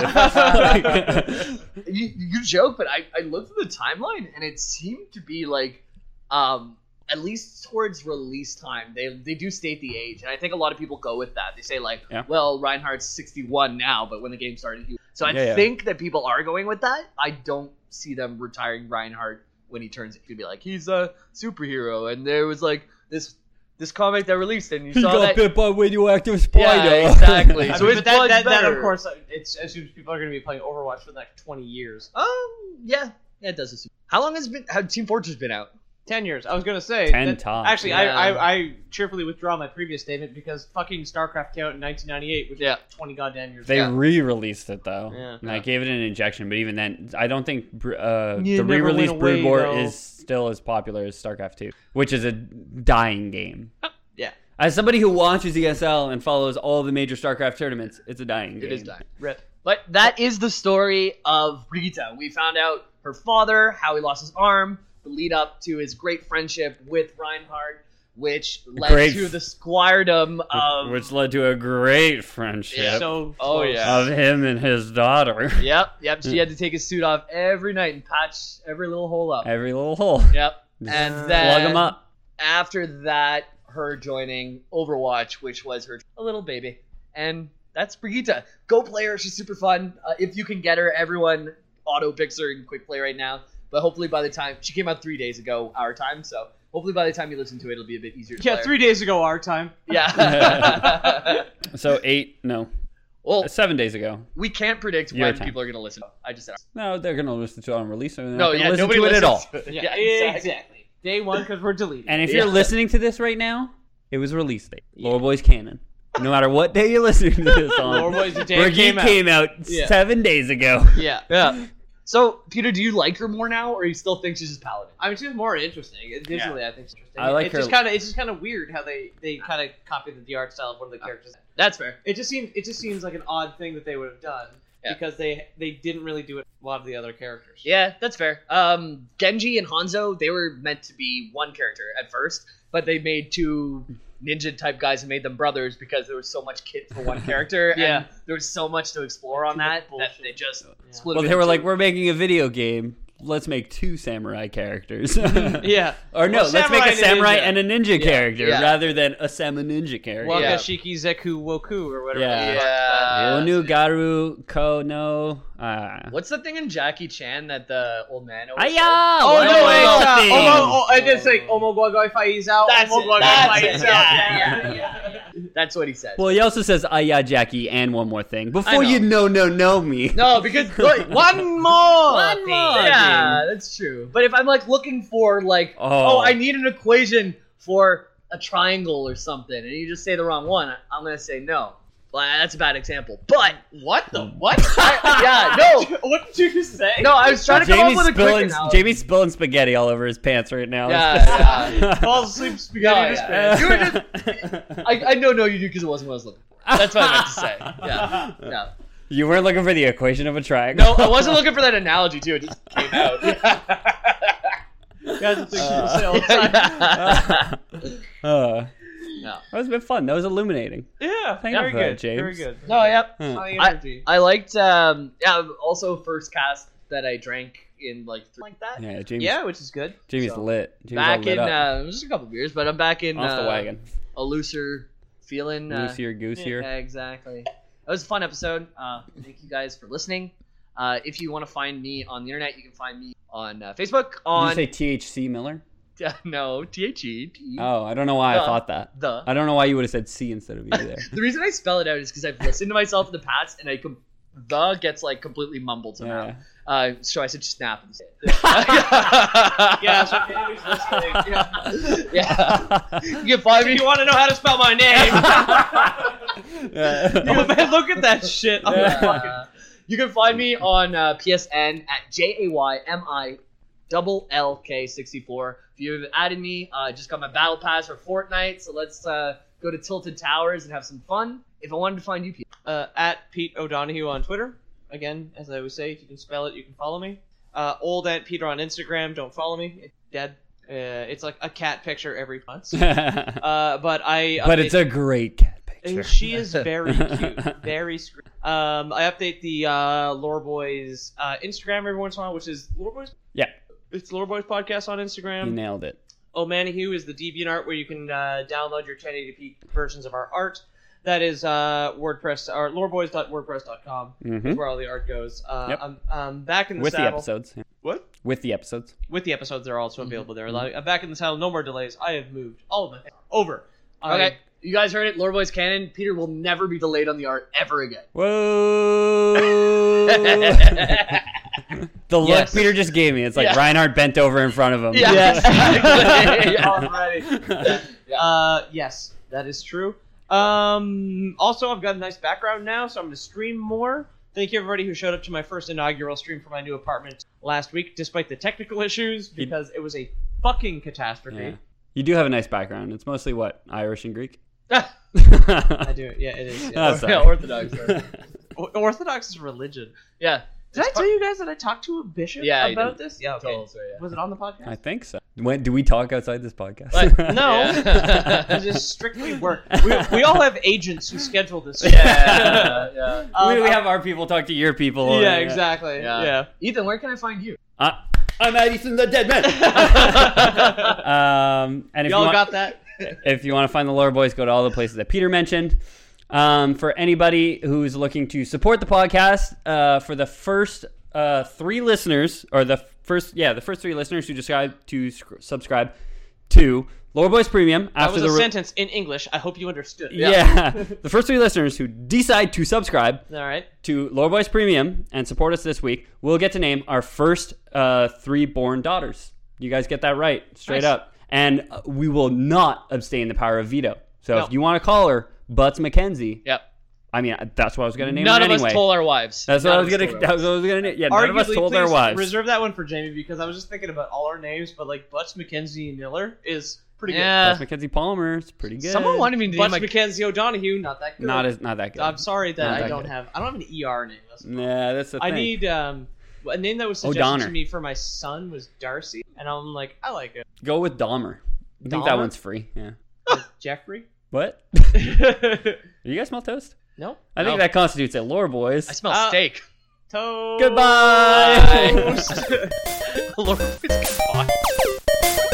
Speaker 5: Like-
Speaker 3: You, you joke, but I, I looked at the timeline and it seemed to be like, um, at least towards release time, they they do state the age, and I think a lot of people go with that. They say like,
Speaker 5: Yeah.
Speaker 3: well, Reinhardt's 61 now, but when the game started, he. So I
Speaker 5: Yeah, yeah.
Speaker 3: think that people are going with that. I don't see them retiring Reinhardt when he turns to be like he's a superhero, and there was like this this comic that released, and you saw that.
Speaker 5: bit by a radioactive
Speaker 3: Yeah, exactly.
Speaker 4: I
Speaker 3: So
Speaker 4: mean,
Speaker 3: his
Speaker 4: but that,
Speaker 3: blood's
Speaker 4: that, that, of
Speaker 3: better.
Speaker 4: course, uh, it's assumes people are going to be playing Overwatch for the next twenty years,
Speaker 3: Um, yeah, yeah, it does. Assume. How long has been? How Team Fortress been out?
Speaker 4: ten years. I was going to say
Speaker 5: 10
Speaker 4: that-
Speaker 5: tops.
Speaker 4: Actually,
Speaker 3: Yeah.
Speaker 4: I, I I cheerfully withdraw my previous statement because fucking StarCraft came out in 1998, which
Speaker 3: Yeah.
Speaker 4: is twenty goddamn years.
Speaker 5: They
Speaker 4: ago.
Speaker 3: Yeah.
Speaker 5: re-released it though,
Speaker 4: Yeah.
Speaker 5: and I gave it an injection. But even then, I don't think br- uh,
Speaker 4: Yeah, it
Speaker 5: the
Speaker 4: never went
Speaker 5: re-release
Speaker 4: away,
Speaker 5: Brood War
Speaker 4: though.
Speaker 5: is still as popular as StarCraft Two, which is a dying game.
Speaker 3: Yeah,
Speaker 5: As somebody who watches ESL and follows all the major StarCraft tournaments, it's a dying game.
Speaker 3: it is dying.
Speaker 4: Rip.
Speaker 3: But that is the story of Brigitte. We found out her father, how he lost his arm, the lead up to his great friendship with Reinhard, which led
Speaker 5: Great.
Speaker 3: to the squiredom of.
Speaker 5: Which led to a great friendship
Speaker 4: So
Speaker 3: Oh,
Speaker 4: close.
Speaker 3: Um, yeah.
Speaker 5: of him and his daughter.
Speaker 3: yep, yep.
Speaker 5: Mm.
Speaker 3: She had to take his suit off every night and patch every little hole up.
Speaker 5: Every little hole.
Speaker 3: Yep. And then
Speaker 5: Plug him up.
Speaker 3: after that, her joining Overwatch, which was her a little baby, and that's Brigitte. Go play her; she's super fun. Uh, if you can get her, everyone auto picks her and quick play right now. But hopefully, by the time she came out three days ago, our time, so hopefully by the time you listen to it, it'll be a bit easier. To
Speaker 4: yeah,
Speaker 3: play her.
Speaker 4: three days ago our time.
Speaker 3: Yeah.
Speaker 5: So eight, no,
Speaker 3: well,
Speaker 5: seven days ago.
Speaker 3: we can't predict
Speaker 5: Your
Speaker 3: when
Speaker 5: time.
Speaker 3: people are going to listen. I just said
Speaker 5: No, they're gonna listen to it on release. and they're not
Speaker 3: no.
Speaker 5: gonna
Speaker 3: Yeah,
Speaker 5: listen
Speaker 3: nobody
Speaker 5: to it
Speaker 3: listens.
Speaker 5: at all.
Speaker 3: to it.
Speaker 4: Yeah, exactly. uh, Day one because we're deleting.
Speaker 5: And if
Speaker 3: Yeah.
Speaker 5: you're listening to this right now, it was release date. Lower Boys Canon. No matter what day you're listening to this on,
Speaker 4: Lower Boys the day it
Speaker 5: Brigitte
Speaker 4: came out. Yeah.
Speaker 5: seven days ago.
Speaker 4: yeah.
Speaker 3: Yeah. So, Peter, do you like her more now, or you still think she's just paladin?
Speaker 4: I mean, she's more interesting. It- Visually, I think she's interesting.
Speaker 5: I like
Speaker 4: it's
Speaker 5: her-
Speaker 4: Just kinda, it's just kind of weird how they, they kind of copied the art style of one of the characters.
Speaker 3: That's fair.
Speaker 4: It just seems it just seems like an odd thing that they would have done
Speaker 3: Yeah.
Speaker 4: because they they didn't really do it with a lot of the other characters.
Speaker 3: Yeah, that's fair. Um, Genji and Hanzo, they were meant to be one character at first, but they made two ninja type guys and made them brothers because there was so much kit for one character.
Speaker 4: Yeah.
Speaker 3: and there was so much to explore on that that
Speaker 4: bullshit.
Speaker 3: they just
Speaker 4: Yeah.
Speaker 3: split.
Speaker 5: Well,
Speaker 3: them
Speaker 5: they were
Speaker 3: into-
Speaker 5: like, we're making a video game. Let's make two samurai characters.
Speaker 4: Yeah.
Speaker 5: Or no,
Speaker 4: Well,
Speaker 5: let's make a
Speaker 4: samurai and a
Speaker 5: samurai
Speaker 4: ninja.
Speaker 5: and a ninja character
Speaker 3: yeah.
Speaker 5: rather than a sama ninja character.
Speaker 4: Waka
Speaker 3: Yeah.
Speaker 4: Shiki Zeku Woku or whatever.
Speaker 5: Yeah.
Speaker 4: the fuck.
Speaker 3: yeah.
Speaker 5: Onu Garu Ko no. Uh,
Speaker 3: uh, What's the thing in Jackie Chan that the old man?
Speaker 5: Aya!
Speaker 3: always said?
Speaker 4: Oh
Speaker 5: what
Speaker 4: no!
Speaker 5: a
Speaker 4: Wait,
Speaker 5: little
Speaker 4: uh,
Speaker 5: thing.
Speaker 4: oh, oh, I did say Omo Guagoi Faiz out.
Speaker 3: That's
Speaker 4: Omo
Speaker 3: it,
Speaker 4: Guagoi
Speaker 3: that's
Speaker 4: Faiz
Speaker 3: it,
Speaker 4: out.
Speaker 3: yeah, That's what he said.
Speaker 5: Well, he also says Aya Jackie and one more thing. Before
Speaker 3: know.
Speaker 5: you know, no, know me.
Speaker 3: no, because like,
Speaker 4: One more.
Speaker 5: One more.
Speaker 3: Yeah, that's true. But if I'm like looking for like, oh,
Speaker 5: Oh.
Speaker 3: I need an equation for a triangle or something, and you just say the wrong one, I- I'm gonna say no. Well, that's a bad example. But
Speaker 4: What the what?
Speaker 3: yeah, no,
Speaker 4: what did you say?
Speaker 3: no, I was trying to come
Speaker 5: Jamie's
Speaker 3: up with a quick
Speaker 5: spilling,
Speaker 3: analogy.
Speaker 5: Jamie's spilling spaghetti all over his pants right now.
Speaker 3: Yeah,
Speaker 4: falls asleep spaghetti.
Speaker 3: Yeah,
Speaker 4: in his
Speaker 3: yeah.
Speaker 4: pants.
Speaker 3: You were just- I, I know, no, you do because it wasn't what I was looking for. That's what I meant to say. Yeah, no,
Speaker 5: You weren't looking for the equation of a triangle.
Speaker 3: no, I wasn't looking for that analogy too. It just came out.
Speaker 4: Guys, it's like people say all the time.
Speaker 5: uh, that
Speaker 3: No.
Speaker 5: was a bit fun. That was illuminating.
Speaker 4: Yeah,
Speaker 5: Thank
Speaker 4: very
Speaker 5: you for
Speaker 4: good,
Speaker 5: that, James.
Speaker 4: very good.
Speaker 3: No, yep.
Speaker 4: High
Speaker 3: I-
Speaker 4: energy.
Speaker 3: I liked um yeah also first cast that I drank in like three, like that.
Speaker 5: Yeah, Jamie's,
Speaker 4: yeah, which is good.
Speaker 5: Jamie's lit. Jamie's all
Speaker 3: back
Speaker 5: lit
Speaker 3: in
Speaker 5: up.
Speaker 3: uh, just a couple beers, but I'm back in
Speaker 5: off the
Speaker 3: uh,
Speaker 5: wagon.
Speaker 3: a looser feeling. Uh,
Speaker 5: Goosier, goosier.
Speaker 3: yeah, exactly. It was a fun episode. Uh, thank you guys for listening. Uh, if you want to find me on the internet, you can find me on uh, Facebook on
Speaker 5: Did you say THC Miller?
Speaker 3: no T H E T
Speaker 5: Oh, I don't know why
Speaker 3: The-
Speaker 5: I thought that.
Speaker 3: the.
Speaker 5: I don't know why you would have said C instead of E there.
Speaker 3: the reason I spell it out is because I've listened to myself in the past and I com- the gets like completely mumbled somehow.
Speaker 5: Yeah.
Speaker 3: Uh, so I said snap.
Speaker 4: Yeah, so maybe it's this thing. yeah.
Speaker 3: yeah. You can find me.
Speaker 4: If you want to know how to spell my name,
Speaker 5: Yeah.
Speaker 4: man, look at that shit. I'm
Speaker 5: Yeah.
Speaker 4: fucking-
Speaker 3: Uh, you can find me on uh, PSN at J A Y M I double L K 64. If you haven't added me, uh, I just got my battle pass for Fortnite, so let's uh, go to Tilted Towers and have some fun. If I wanted to find you, Pete,
Speaker 4: uh, at Pete O'Donohue on Twitter. Again, as I always say, if you can spell it, you can follow me. Uh, old at Peter on Instagram. Don't follow me. It's dead. Uh, it's like a cat picture every month. Uh, but I.
Speaker 5: but it's
Speaker 4: update-
Speaker 5: a great cat
Speaker 4: Uh,
Speaker 5: picture.
Speaker 4: She is very cute, very. Scre- um, I update the uh, Lore Boys uh, Instagram every once in a while, which is Lore Boys.
Speaker 5: Yeah.
Speaker 4: It's Lore Boys podcast on Instagram.
Speaker 5: You nailed it.
Speaker 4: Omanihue Oh, is the DeviantArt where you can uh, download your 1080p versions of our art. That is uh, WordPress or loreboys.wordpress.com
Speaker 5: hmm
Speaker 4: is where all the art goes. Uh,
Speaker 5: Yep.
Speaker 4: I'm, I'm back in the
Speaker 5: With the
Speaker 4: saddle.
Speaker 5: episodes. Mm-hmm. yeah.
Speaker 4: What?
Speaker 5: With the episodes.
Speaker 4: With the episodes, they're also available there. Like, I'm back in the saddle. No more delays. I have moved. All of my things are over. I-
Speaker 3: Okay, you guys heard it. Lord Boys Canon. Peter will never be delayed on the art ever again.
Speaker 5: Whoa! the look
Speaker 3: Yes.
Speaker 5: Peter just gave me. It's like
Speaker 3: Yeah.
Speaker 5: Reinhardt bent over in front of him.
Speaker 3: exactly. Yeah.
Speaker 4: Uh, yes, that is true. Um, also, I've got a nice background now, so I'm going to stream more. Thank you, everybody, who showed up to my first inaugural stream for my new apartment last week, despite the technical issues, because it was a fucking
Speaker 5: Yeah.
Speaker 4: catastrophe.
Speaker 5: You do have a nice background. It's mostly what? Irish and Greek?
Speaker 4: I do. Yeah, it is.
Speaker 5: Oh,
Speaker 4: Yeah.
Speaker 5: sorry.
Speaker 3: Orthodox. right?
Speaker 4: O- Orthodox is religion.
Speaker 3: Yeah.
Speaker 4: Did I tell you guys that I talked to a bishop
Speaker 3: Yeah, you
Speaker 4: about
Speaker 3: did.
Speaker 4: this? Yeah, okay.
Speaker 3: Totally, sorry, yeah.
Speaker 4: Was it on the podcast?
Speaker 5: I think so. When, do we talk outside this podcast?
Speaker 4: No,
Speaker 3: Yeah.
Speaker 4: it is strictly work. We, we all have agents who schedule this.
Speaker 3: Yeah. yeah.
Speaker 5: we,
Speaker 4: Um,
Speaker 5: we have our people talk to your people.
Speaker 4: Yeah, exactly.
Speaker 3: Yeah.
Speaker 4: uh, yeah.
Speaker 3: Ethan, where can I find you?
Speaker 5: Uh, I'm Edison the Dead Man. um, and if you
Speaker 4: Y'all
Speaker 5: want,
Speaker 4: got that?
Speaker 5: if you want to find the Lore Boys, go to all the places that Peter mentioned. Um, for anybody who's looking to support the podcast, uh, for the first uh, three listeners, or the first, yeah, the first three listeners who decide to sc- subscribe to Lore Boys Premium
Speaker 4: That
Speaker 5: after
Speaker 4: was
Speaker 5: the
Speaker 4: a
Speaker 5: re-
Speaker 4: sentence in English. I hope you understood.
Speaker 5: yeah, the first three listeners who decide to subscribe
Speaker 4: All right.
Speaker 5: to Lore Boys Premium and support us this week, we'll get to name our first uh, three born daughters. You guys get that right, straight
Speaker 4: Nice.
Speaker 5: up. And uh, we will not abstain the power of veto. So
Speaker 4: No.
Speaker 5: if you want to call her Butts McKenzie,
Speaker 3: Yep.
Speaker 5: I mean uh, that's what I was going to name
Speaker 3: None
Speaker 5: her
Speaker 3: of
Speaker 5: anyway.
Speaker 3: us told our wives.
Speaker 5: that's what
Speaker 3: None
Speaker 5: I
Speaker 3: of
Speaker 5: was
Speaker 3: us
Speaker 5: going to. That
Speaker 3: told our wives.
Speaker 5: was what I was going to. Yeah, none of
Speaker 4: Arguably,
Speaker 5: us told our
Speaker 4: please
Speaker 5: wives.
Speaker 4: Reserve that one for Jamie because I was just thinking about all our names, but like Butch McKenzie Miller is pretty
Speaker 3: Yeah.
Speaker 5: Butts McKenzie Palmer. It's pretty good.
Speaker 3: Someone wanted me to
Speaker 4: good.
Speaker 3: name
Speaker 4: Butch
Speaker 3: my
Speaker 4: McKenzie O'Donohue, not that good.
Speaker 5: not as not that good.
Speaker 4: I'm sorry that
Speaker 5: Not
Speaker 4: I
Speaker 5: that
Speaker 4: don't
Speaker 5: good. Mm,
Speaker 4: have. I don't have an ER name. That's-
Speaker 5: Nah, that's the
Speaker 4: I
Speaker 5: thing.
Speaker 4: need um, a name that was suggested
Speaker 5: O'Donner.
Speaker 4: to me for my son was Darcy, and I'm like, I like it.
Speaker 5: Go with Dahmer. I think that
Speaker 4: Dahmer?
Speaker 5: one's free. Yeah.
Speaker 4: Is Jeffrey.
Speaker 5: What? Do you guys smell toast?
Speaker 4: no.
Speaker 5: I think
Speaker 3: No.
Speaker 5: that constitutes a lore, boys.
Speaker 3: I smell
Speaker 4: Uh,
Speaker 3: steak.
Speaker 4: Toast.
Speaker 5: Goodbye.
Speaker 3: Lord, it's goodbye.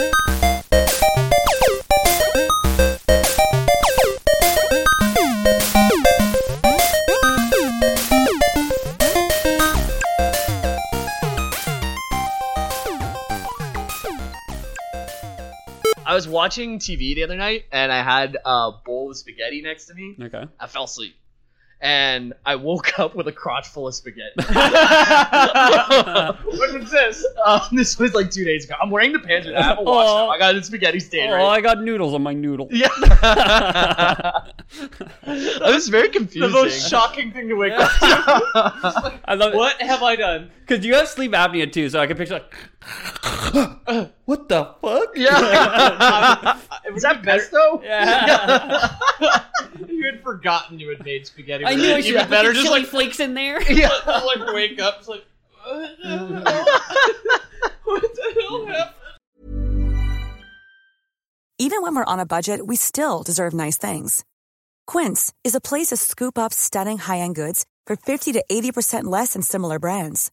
Speaker 3: I was watching TV the other night and I had a bowl of spaghetti next to me.
Speaker 5: okay.
Speaker 3: I fell asleep. And I woke up with a crotch full of spaghetti. what is this? Um, this was like two days ago. I'm wearing the pants right now. I haven't washed them. I got a spaghetti stain
Speaker 5: Oh,
Speaker 3: right
Speaker 5: I got noodles on my noodle.
Speaker 3: Yeah. I was very confused.
Speaker 4: The most shocking thing to wake up to.
Speaker 5: I love it.
Speaker 4: What have I done?
Speaker 5: Because you have sleep apnea too, so I can picture like, what the fuck?
Speaker 3: Yeah. Is that best though?
Speaker 5: Yeah.
Speaker 4: You had forgotten you had made spaghetti.
Speaker 5: I knew I
Speaker 4: You
Speaker 5: should
Speaker 4: had
Speaker 5: put
Speaker 4: better
Speaker 5: the
Speaker 4: just
Speaker 5: chili
Speaker 4: like,
Speaker 5: flakes in there.
Speaker 4: like wake up. It's like, what the hell happened?
Speaker 6: Even when we're on a budget, we still deserve nice things. Quince is a place to scoop up stunning high-end goods for 50 to 80% less than similar brands.